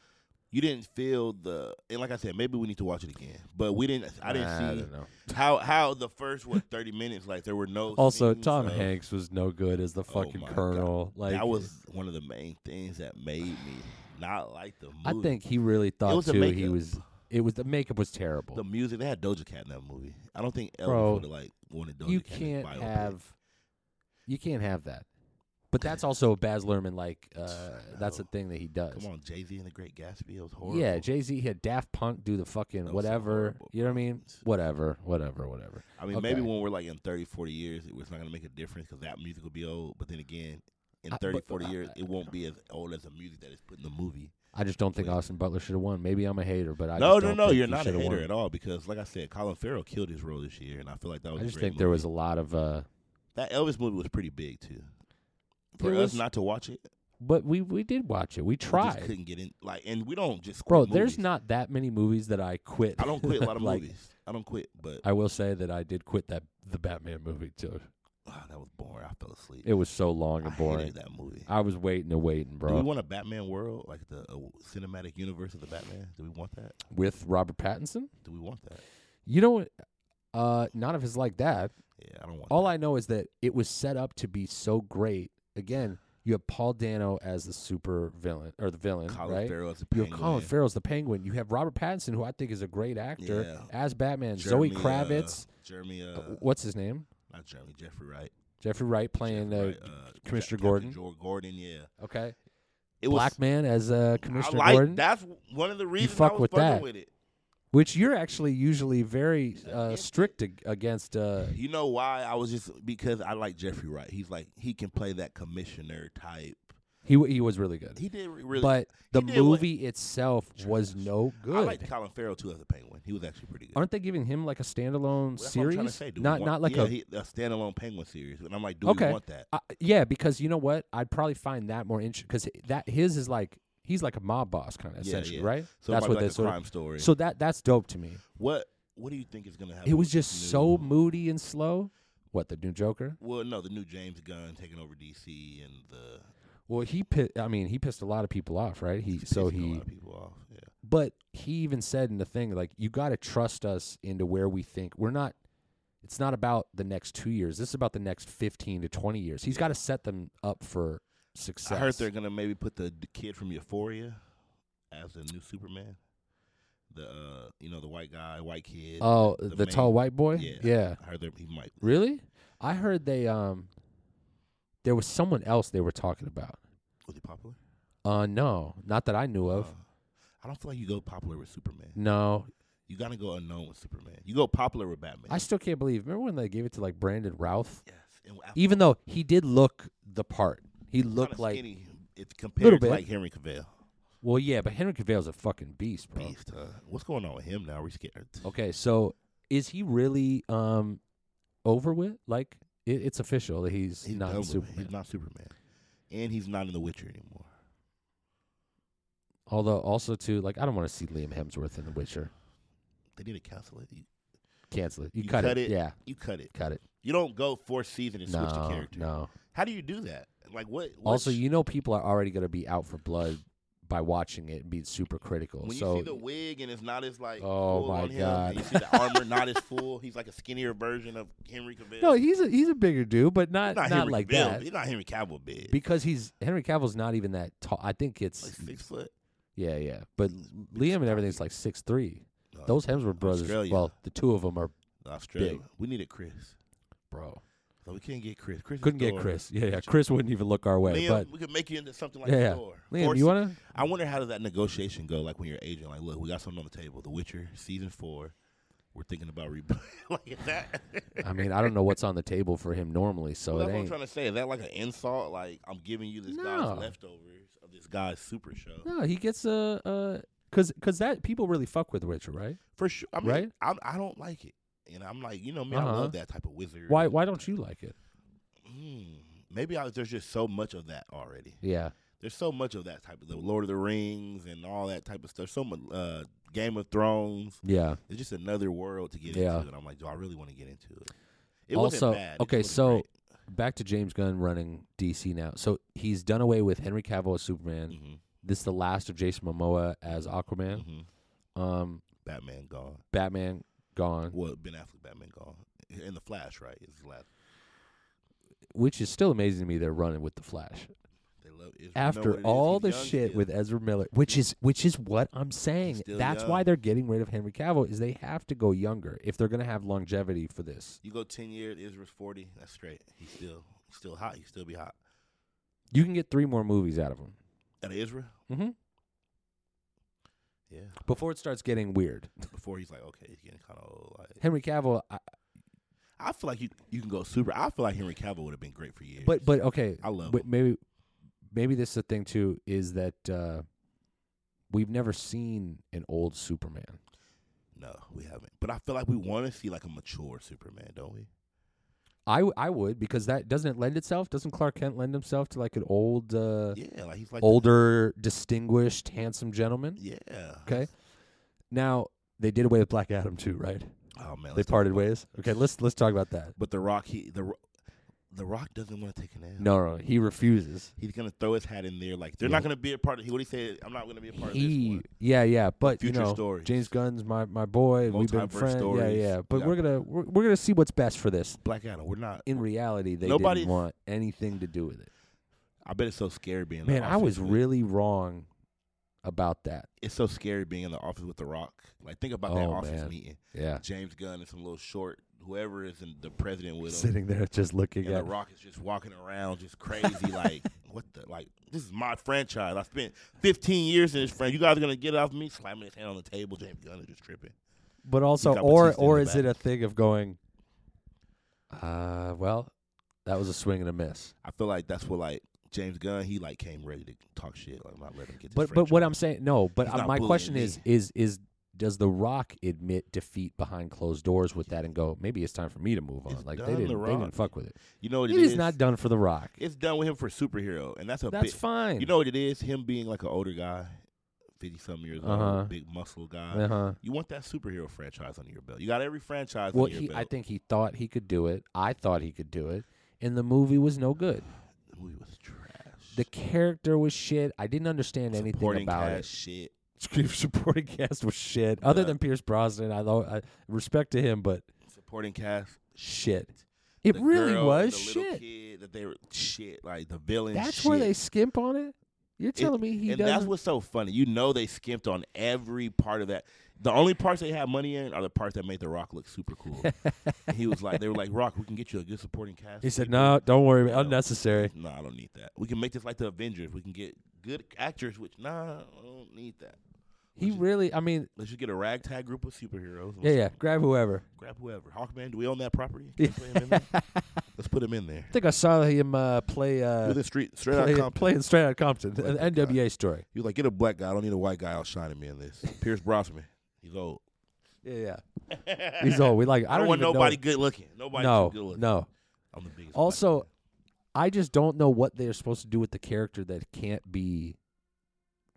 [SPEAKER 2] you didn't feel the and like I said, maybe we need to watch it again. But we didn't. I didn't
[SPEAKER 1] Nah,
[SPEAKER 2] see
[SPEAKER 1] don't know.
[SPEAKER 2] how how the first what thirty minutes like there were no.
[SPEAKER 1] Also,
[SPEAKER 2] scenes
[SPEAKER 1] Tom
[SPEAKER 2] of-
[SPEAKER 1] Hanks was no good as the
[SPEAKER 2] Oh
[SPEAKER 1] fucking
[SPEAKER 2] my God.
[SPEAKER 1] colonel. Like
[SPEAKER 2] that was one of the main things that made me not like the movie.
[SPEAKER 1] I think he really thought
[SPEAKER 2] was the
[SPEAKER 1] too. He
[SPEAKER 2] makeup.
[SPEAKER 1] was. It was the makeup was terrible.
[SPEAKER 2] the music they had Doja Cat in that movie. I don't think
[SPEAKER 1] Bro,
[SPEAKER 2] Elvis would have like wanted Doja
[SPEAKER 1] you
[SPEAKER 2] Cat. in his
[SPEAKER 1] can't
[SPEAKER 2] biopic.
[SPEAKER 1] have. You can't have that. But that's also a Baz Luhrmann like. Uh, that's a
[SPEAKER 2] know.
[SPEAKER 1] thing that he does.
[SPEAKER 2] Come on, Jay Z and the Great Gatsby. It was horrible.
[SPEAKER 1] Yeah, Jay Z had Daft Punk do the fucking
[SPEAKER 2] That was
[SPEAKER 1] whatever.
[SPEAKER 2] horrible,
[SPEAKER 1] you know what I
[SPEAKER 2] bro.
[SPEAKER 1] mean? Whatever, whatever, whatever.
[SPEAKER 2] I mean, maybe
[SPEAKER 1] okay.
[SPEAKER 2] when we're like in 30, 40 years, it's not gonna make a difference because that music will be old. But then again. In
[SPEAKER 1] I-
[SPEAKER 2] 30,
[SPEAKER 1] but-
[SPEAKER 2] 40
[SPEAKER 1] I-
[SPEAKER 2] years, it won't be as old as the music that is put in the movie.
[SPEAKER 1] I just don't think Austin Butler should have won. Maybe I'm a hater, but I
[SPEAKER 2] no,
[SPEAKER 1] just
[SPEAKER 2] no,
[SPEAKER 1] don't
[SPEAKER 2] no.
[SPEAKER 1] think
[SPEAKER 2] You're
[SPEAKER 1] he
[SPEAKER 2] not a
[SPEAKER 1] shoulda
[SPEAKER 2] hater
[SPEAKER 1] won.
[SPEAKER 2] at all because, like I said, Colin Farrell killed his role this year, and I feel like that was.
[SPEAKER 1] I
[SPEAKER 2] a
[SPEAKER 1] just
[SPEAKER 2] great
[SPEAKER 1] think there was
[SPEAKER 2] movie.
[SPEAKER 1] a lot of. uh
[SPEAKER 2] that Elvis movie was pretty big too. For
[SPEAKER 1] It
[SPEAKER 2] us
[SPEAKER 1] was-
[SPEAKER 2] not to watch it,
[SPEAKER 1] But we we did watch it. We
[SPEAKER 2] we just
[SPEAKER 1] tried.
[SPEAKER 2] couldn't get in. Like, and we don't just quit
[SPEAKER 1] Bro, there's
[SPEAKER 2] movies.
[SPEAKER 1] not that many movies that I quit.
[SPEAKER 2] I don't quit a lot of
[SPEAKER 1] Like,
[SPEAKER 2] movies. I don't quit, but
[SPEAKER 1] I will say that I did quit that the Batman movie too.
[SPEAKER 2] ah, that was boring. I fell asleep.
[SPEAKER 1] It was so long
[SPEAKER 2] I
[SPEAKER 1] and boring.
[SPEAKER 2] hated that movie.
[SPEAKER 1] I was waiting and waiting,
[SPEAKER 2] Do we
[SPEAKER 1] bro.
[SPEAKER 2] want a Batman world, like the uh, cinematic universe of the Batman? Do we want that?
[SPEAKER 1] With Robert Pattinson?
[SPEAKER 2] Do we want that?
[SPEAKER 1] You know what? Uh, not if it's like that.
[SPEAKER 2] Yeah, I don't want.
[SPEAKER 1] All
[SPEAKER 2] that.
[SPEAKER 1] I know is that it was set up to be so great. Again, You have Paul Dano as the super villain or the villain,
[SPEAKER 2] Colin
[SPEAKER 1] right?
[SPEAKER 2] Farrell as a
[SPEAKER 1] You
[SPEAKER 2] penguin.
[SPEAKER 1] have Colin Farrell's the Penguin. You have Robert Pattinson, who I think is a great actor
[SPEAKER 2] Yeah.
[SPEAKER 1] as Batman. Zoe
[SPEAKER 2] Jeremy, uh,
[SPEAKER 1] Kravitz,
[SPEAKER 2] Jeremy, uh,
[SPEAKER 1] uh, what's his name?
[SPEAKER 2] not Jeremy, Jeffrey Wright.
[SPEAKER 1] Jeffrey Wright playing
[SPEAKER 2] Jeffrey
[SPEAKER 1] uh,
[SPEAKER 2] Wright, uh, Cap-
[SPEAKER 1] Commissioner
[SPEAKER 2] Captain
[SPEAKER 1] Gordon.
[SPEAKER 2] Jor- Gordon, yeah.
[SPEAKER 1] okay,
[SPEAKER 2] It
[SPEAKER 1] black man as uh, Commissioner
[SPEAKER 2] I like,
[SPEAKER 1] Gordon,
[SPEAKER 2] That's one of the reasons
[SPEAKER 1] fuck
[SPEAKER 2] I was
[SPEAKER 1] with
[SPEAKER 2] fucking
[SPEAKER 1] that.
[SPEAKER 2] with it.
[SPEAKER 1] which you're actually usually very uh, strict ag- against. Uh,
[SPEAKER 2] You know why? I was just because I like Jeffrey Wright. He's like he can play that commissioner type.
[SPEAKER 1] he w- he was really good,
[SPEAKER 2] He did re- really.
[SPEAKER 1] but the
[SPEAKER 2] did what-
[SPEAKER 1] movie itself was no good.
[SPEAKER 2] I like Colin Farrell too as a penguin. He was actually pretty good.
[SPEAKER 1] Aren't they giving him like a standalone
[SPEAKER 2] That's what I'm
[SPEAKER 1] series?
[SPEAKER 2] trying to say. Do we
[SPEAKER 1] not
[SPEAKER 2] want-
[SPEAKER 1] not like
[SPEAKER 2] yeah,
[SPEAKER 1] a
[SPEAKER 2] he, a standalone penguin series. And I'm like, do
[SPEAKER 1] Okay.
[SPEAKER 2] we want that?
[SPEAKER 1] Uh, yeah, because you know what? I'd probably find that more interesting because that his is like he's like a mob boss kind of
[SPEAKER 2] Yeah,
[SPEAKER 1] essentially,
[SPEAKER 2] yeah.
[SPEAKER 1] right?
[SPEAKER 2] So
[SPEAKER 1] that's what
[SPEAKER 2] it might be
[SPEAKER 1] they
[SPEAKER 2] like a
[SPEAKER 1] sort of-
[SPEAKER 2] crime story.
[SPEAKER 1] So that that's dope to me.
[SPEAKER 2] what what do you think is gonna happen?
[SPEAKER 1] It was
[SPEAKER 2] with
[SPEAKER 1] just
[SPEAKER 2] this
[SPEAKER 1] so
[SPEAKER 2] new-
[SPEAKER 1] moody and slow. What the new Joker?
[SPEAKER 2] Well, no, the new James Gunn taking over DC and the
[SPEAKER 1] Well, he pi- I mean, he pissed a lot of people off, right? He
[SPEAKER 2] it's
[SPEAKER 1] so
[SPEAKER 2] pissing a
[SPEAKER 1] he
[SPEAKER 2] lot of people off. Yeah.
[SPEAKER 1] but he even said in the thing like you got to trust us into where we think. We're not it's not about the next 2 years. This is about the next 15 to 20 years. He's got to set them up for success.
[SPEAKER 2] I heard they're gonna maybe put the d- kid from Euphoria as the new Superman. The uh, you know the white guy, white kid.
[SPEAKER 1] Oh, the,
[SPEAKER 2] main-
[SPEAKER 1] tall white boy?
[SPEAKER 2] Yeah.
[SPEAKER 1] yeah.
[SPEAKER 2] I heard that he might.
[SPEAKER 1] Really? I heard they um there was someone else they were talking about.
[SPEAKER 2] Was he popular?
[SPEAKER 1] Uh no, not that I knew of.
[SPEAKER 2] Uh, I don't feel like you go popular with Superman.
[SPEAKER 1] No.
[SPEAKER 2] You gotta go unknown with Superman. You go popular with Batman.
[SPEAKER 1] I still can't believe. Remember when they gave it to like Brandon Routh?
[SPEAKER 2] yes, and I-
[SPEAKER 1] Even though he did look the part. He
[SPEAKER 2] kinda
[SPEAKER 1] looked like
[SPEAKER 2] skinny if
[SPEAKER 1] Little
[SPEAKER 2] compared to
[SPEAKER 1] bit.
[SPEAKER 2] like Henry Cavill.
[SPEAKER 1] Well, yeah, but Henry Cavill's a fucking beast, bro. Oh,
[SPEAKER 2] Beast, huh? What's going on with him now? We're scared.
[SPEAKER 1] Okay, so is he really um over with? Like it, it's official that he's,
[SPEAKER 2] He's
[SPEAKER 1] not
[SPEAKER 2] done with it.
[SPEAKER 1] Superman.
[SPEAKER 2] He's not Superman, and he's not in The Witcher anymore.
[SPEAKER 1] Although also too like I don't want to see Liam Hemsworth in The Witcher.
[SPEAKER 2] They need to cancel it. You,
[SPEAKER 1] Cancel it. You,
[SPEAKER 2] You
[SPEAKER 1] cut,
[SPEAKER 2] cut
[SPEAKER 1] it.
[SPEAKER 2] it?
[SPEAKER 1] Yeah,
[SPEAKER 2] you cut it.
[SPEAKER 1] cut it.
[SPEAKER 2] You don't go fourth season and switch the
[SPEAKER 1] No,
[SPEAKER 2] character.
[SPEAKER 1] no.
[SPEAKER 2] How do you do that? Like what? what
[SPEAKER 1] Also,
[SPEAKER 2] sh-
[SPEAKER 1] you know people are already going to be out for blood by watching it and being super critical.
[SPEAKER 2] when
[SPEAKER 1] so
[SPEAKER 2] you see the wig and it's not as like
[SPEAKER 1] Oh,
[SPEAKER 2] full
[SPEAKER 1] my
[SPEAKER 2] on him,
[SPEAKER 1] God.
[SPEAKER 2] and you see the armor not as full. He's like a skinnier version of Henry Cavill.
[SPEAKER 1] no, he's a he's a bigger dude, but not
[SPEAKER 2] He's
[SPEAKER 1] not,
[SPEAKER 2] Henry
[SPEAKER 1] like
[SPEAKER 2] Cavill.
[SPEAKER 1] that
[SPEAKER 2] He's not Henry Cavill big.
[SPEAKER 1] because he's Henry Cavill's not even that tall. I think
[SPEAKER 2] like
[SPEAKER 1] it's
[SPEAKER 2] six foot.
[SPEAKER 1] yeah, yeah. But Liam and everything's like six three.
[SPEAKER 2] No,
[SPEAKER 1] Those Hemsworth brothers,
[SPEAKER 2] Australia.
[SPEAKER 1] well, the two of them are
[SPEAKER 2] Australia.
[SPEAKER 1] big.
[SPEAKER 2] We needed Chris.
[SPEAKER 1] bro.
[SPEAKER 2] So we couldn't get Chris. Chris is
[SPEAKER 1] Couldn't get
[SPEAKER 2] Thor.
[SPEAKER 1] Chris. Yeah, yeah. Chris wouldn't even look our way.
[SPEAKER 2] Liam,
[SPEAKER 1] but
[SPEAKER 2] we could make you into something like
[SPEAKER 1] yeah, yeah.
[SPEAKER 2] Thor.
[SPEAKER 1] Liam,
[SPEAKER 2] Force-
[SPEAKER 1] you wanna?
[SPEAKER 2] I wonder how does that negotiation go? Like when your agent, like, look, we got something on the table. The Witcher season four. We're thinking about re- like is that.
[SPEAKER 1] I mean, I don't know what's on the table for him normally, so
[SPEAKER 2] Well,
[SPEAKER 1] it
[SPEAKER 2] that's what I'm
[SPEAKER 1] ain't.
[SPEAKER 2] trying to say. Is that like an insult? Like I'm giving you this
[SPEAKER 1] No.
[SPEAKER 2] guy's leftovers of this guy's super show.
[SPEAKER 1] No, he gets a uh, cause cause that people really fuck with Richard, right?
[SPEAKER 2] For sure. I mean,
[SPEAKER 1] Right?
[SPEAKER 2] I'm, I don't like it, and I'm like, you know me, I
[SPEAKER 1] Uh-huh.
[SPEAKER 2] love that type of wizard.
[SPEAKER 1] Why why don't you like it?
[SPEAKER 2] Mm, maybe I, there's just so much of that already.
[SPEAKER 1] Yeah.
[SPEAKER 2] There's so much of that type of the Lord of the Rings and all that type of stuff. So much uh, Game of Thrones.
[SPEAKER 1] Yeah.
[SPEAKER 2] It's just another world to get
[SPEAKER 1] Yeah.
[SPEAKER 2] into, and I'm like, do I really want to get into it? It
[SPEAKER 1] Also,
[SPEAKER 2] wasn't bad. It
[SPEAKER 1] okay,
[SPEAKER 2] just
[SPEAKER 1] so-
[SPEAKER 2] wasn't
[SPEAKER 1] back to James Gunn running DC now. So he's done away with Henry Cavill as Superman.
[SPEAKER 2] great. Mhm,
[SPEAKER 1] This is the last of Jason Momoa as Aquaman.
[SPEAKER 2] mhm.
[SPEAKER 1] Um,
[SPEAKER 2] Batman gone.
[SPEAKER 1] Batman gone,
[SPEAKER 2] Well, Ben Affleck Batman gone. In the Flash, right? It's the last.
[SPEAKER 1] which is still amazing to me. They're running with the Flash
[SPEAKER 2] They love Israel.
[SPEAKER 1] after all the shit with Ezra Miller, which is which is what I'm saying.
[SPEAKER 2] still
[SPEAKER 1] That's
[SPEAKER 2] young.
[SPEAKER 1] why they're getting rid of Henry Cavill. Is they have to go younger if they're gonna have longevity for this.
[SPEAKER 2] you go ten years, Israel's forty. That's straight. He's still he's still hot. He still be hot.
[SPEAKER 1] You can get three more movies out of him
[SPEAKER 2] Out of Israel,
[SPEAKER 1] mm-hmm.
[SPEAKER 2] yeah.
[SPEAKER 1] before it starts getting weird.
[SPEAKER 2] Before he's like, okay, he's getting kind of old. Like,
[SPEAKER 1] Henry Cavill, I,
[SPEAKER 2] I feel like you you can go super. I feel like Henry Cavill would have been great for years.
[SPEAKER 1] but but okay,
[SPEAKER 2] I love
[SPEAKER 1] But
[SPEAKER 2] him.
[SPEAKER 1] maybe maybe this is the thing too is that uh, we've never seen an old Superman.
[SPEAKER 2] No, we haven't. But I feel like we want to see like a mature Superman, don't we?
[SPEAKER 1] I, w- I would because that doesn't it lend itself. Doesn't Clark Kent lend himself to like an old, uh,
[SPEAKER 2] Yeah, like he's like
[SPEAKER 1] older, distinguished, handsome gentleman?
[SPEAKER 2] Yeah.
[SPEAKER 1] Okay. Now they did away with Black Adam too, right?
[SPEAKER 2] Oh
[SPEAKER 1] They
[SPEAKER 2] man, let's talk
[SPEAKER 1] parted
[SPEAKER 2] about-
[SPEAKER 1] ways. Okay, let's let's talk about that.
[SPEAKER 2] But the Rock, he the Ro- the Rock doesn't want to take an L.
[SPEAKER 1] No, no, he refuses.
[SPEAKER 2] He's gonna throw his hat in there. Like they're
[SPEAKER 1] Yeah.
[SPEAKER 2] not gonna be a part of. He what he said. I'm not gonna be a part of this
[SPEAKER 1] He,
[SPEAKER 2] one.
[SPEAKER 1] yeah, yeah, but
[SPEAKER 2] Future
[SPEAKER 1] you know,
[SPEAKER 2] stories.
[SPEAKER 1] James Gunn's my my boy. and We've been
[SPEAKER 2] Multiverse
[SPEAKER 1] friends. Yeah,
[SPEAKER 2] stories.
[SPEAKER 1] yeah, but
[SPEAKER 2] Yeah.
[SPEAKER 1] we're gonna we're, we're gonna see what's best for this.
[SPEAKER 2] Black Adam. We're not.
[SPEAKER 1] in reality, they
[SPEAKER 2] Nobody-
[SPEAKER 1] didn't want anything to do with it.
[SPEAKER 2] I bet it's so scary being. in
[SPEAKER 1] Man,
[SPEAKER 2] the
[SPEAKER 1] I
[SPEAKER 2] office
[SPEAKER 1] was
[SPEAKER 2] with-
[SPEAKER 1] really wrong about that.
[SPEAKER 2] It's so scary being in the office with the Rock. Like think about that
[SPEAKER 1] Oh,
[SPEAKER 2] office
[SPEAKER 1] man.
[SPEAKER 2] meeting.
[SPEAKER 1] Yeah.
[SPEAKER 2] James Gunn and some little short, whoever is in the president with him.
[SPEAKER 1] Sitting there just looking
[SPEAKER 2] And
[SPEAKER 1] at
[SPEAKER 2] the Rock is just walking around, just crazy, like what the like. This is my franchise. I spent 15 years in this franchise. You guys are gonna get it off me? Slamming his hand on the table. James Gunn is just tripping.
[SPEAKER 1] But also
[SPEAKER 2] got
[SPEAKER 1] or
[SPEAKER 2] Batista in
[SPEAKER 1] or
[SPEAKER 2] the
[SPEAKER 1] is it a thing of going uh well, that was a swing and a miss.
[SPEAKER 2] I feel like that's what like James Gunn. He like came ready to talk shit. Like I'm not letting him get. This
[SPEAKER 1] But but what I'm
[SPEAKER 2] franchise.
[SPEAKER 1] saying no, but
[SPEAKER 2] He's
[SPEAKER 1] uh,
[SPEAKER 2] not
[SPEAKER 1] my
[SPEAKER 2] bullying
[SPEAKER 1] question
[SPEAKER 2] me.
[SPEAKER 1] is is is does the rock admit defeat behind closed doors with that and go maybe it's time for me to move on
[SPEAKER 2] It's
[SPEAKER 1] like
[SPEAKER 2] done,
[SPEAKER 1] they
[SPEAKER 2] The
[SPEAKER 1] didn't they
[SPEAKER 2] Rock.
[SPEAKER 1] didn't fuck with it.
[SPEAKER 2] you know what
[SPEAKER 1] It is not done for the rock.
[SPEAKER 2] It's done with him for superhero, and that's a
[SPEAKER 1] That's
[SPEAKER 2] bit,
[SPEAKER 1] fine.
[SPEAKER 2] You know what it is? Him being like an older guy, fifty something years
[SPEAKER 1] Uh-huh.
[SPEAKER 2] old, big muscle guy.
[SPEAKER 1] uh-huh.
[SPEAKER 2] You want that superhero franchise under your belt. You got every franchise
[SPEAKER 1] Well,
[SPEAKER 2] under your
[SPEAKER 1] he,
[SPEAKER 2] belt.
[SPEAKER 1] I think he thought he could do it. I thought he could do it, and the movie was no good.
[SPEAKER 2] the movie was trash.
[SPEAKER 1] The character was shit. I didn't understand anything
[SPEAKER 2] Supporting
[SPEAKER 1] about
[SPEAKER 2] cast
[SPEAKER 1] it.
[SPEAKER 2] Shit.
[SPEAKER 1] Scream supporting cast was shit. Other
[SPEAKER 2] Yeah.
[SPEAKER 1] than Pierce Brosnan, I, lo- I respect to him, but
[SPEAKER 2] Supporting cast.
[SPEAKER 1] shit. It
[SPEAKER 2] The
[SPEAKER 1] really
[SPEAKER 2] girl,
[SPEAKER 1] was
[SPEAKER 2] the little
[SPEAKER 1] shit.
[SPEAKER 2] Kid that they were shit. Like the villain.
[SPEAKER 1] That's
[SPEAKER 2] shit.
[SPEAKER 1] where they skimp on it. You're telling me he
[SPEAKER 2] and that's
[SPEAKER 1] does
[SPEAKER 2] what's so funny. You know they skimped on every part of that. The only parts they had money in are the parts that made The Rock look super cool. And he was like, they were like, Rock, we can get you a good supporting cast.
[SPEAKER 1] He said,
[SPEAKER 2] People-
[SPEAKER 1] "No, don't worry,
[SPEAKER 2] Yeah.
[SPEAKER 1] unnecessary."
[SPEAKER 2] No, I don't need that. We can make this like the Avengers. We can get good actors, which nah, I don't need that.
[SPEAKER 1] He
[SPEAKER 2] Which is-
[SPEAKER 1] really, I mean,
[SPEAKER 2] Let's just get a ragtag group of superheroes. and
[SPEAKER 1] yeah,
[SPEAKER 2] let's
[SPEAKER 1] yeah. Grab whoever.
[SPEAKER 2] Grab whoever. Hawkman, do we own that property? Can we put him in there? Let's put him in there.
[SPEAKER 1] I think I saw him uh, play
[SPEAKER 2] He
[SPEAKER 1] uh,
[SPEAKER 2] was in street straight out
[SPEAKER 1] play,
[SPEAKER 2] Compton.
[SPEAKER 1] playing straight out of Compton,
[SPEAKER 2] Like
[SPEAKER 1] an
[SPEAKER 2] that guy.
[SPEAKER 1] NWA story.
[SPEAKER 2] He was like, get a black guy. I don't need a white guy outshining me in this. Pierce Brosnan. He's old.
[SPEAKER 1] Yeah, yeah. He's old. We like. I
[SPEAKER 2] I
[SPEAKER 1] don't,
[SPEAKER 2] don't want
[SPEAKER 1] even know-
[SPEAKER 2] nobody good looking. Nobody
[SPEAKER 1] No,
[SPEAKER 2] good looking.
[SPEAKER 1] no.
[SPEAKER 2] I'm the biggest. black
[SPEAKER 1] Also,
[SPEAKER 2] guy.
[SPEAKER 1] I just don't know what they're supposed to do with the character that can't be,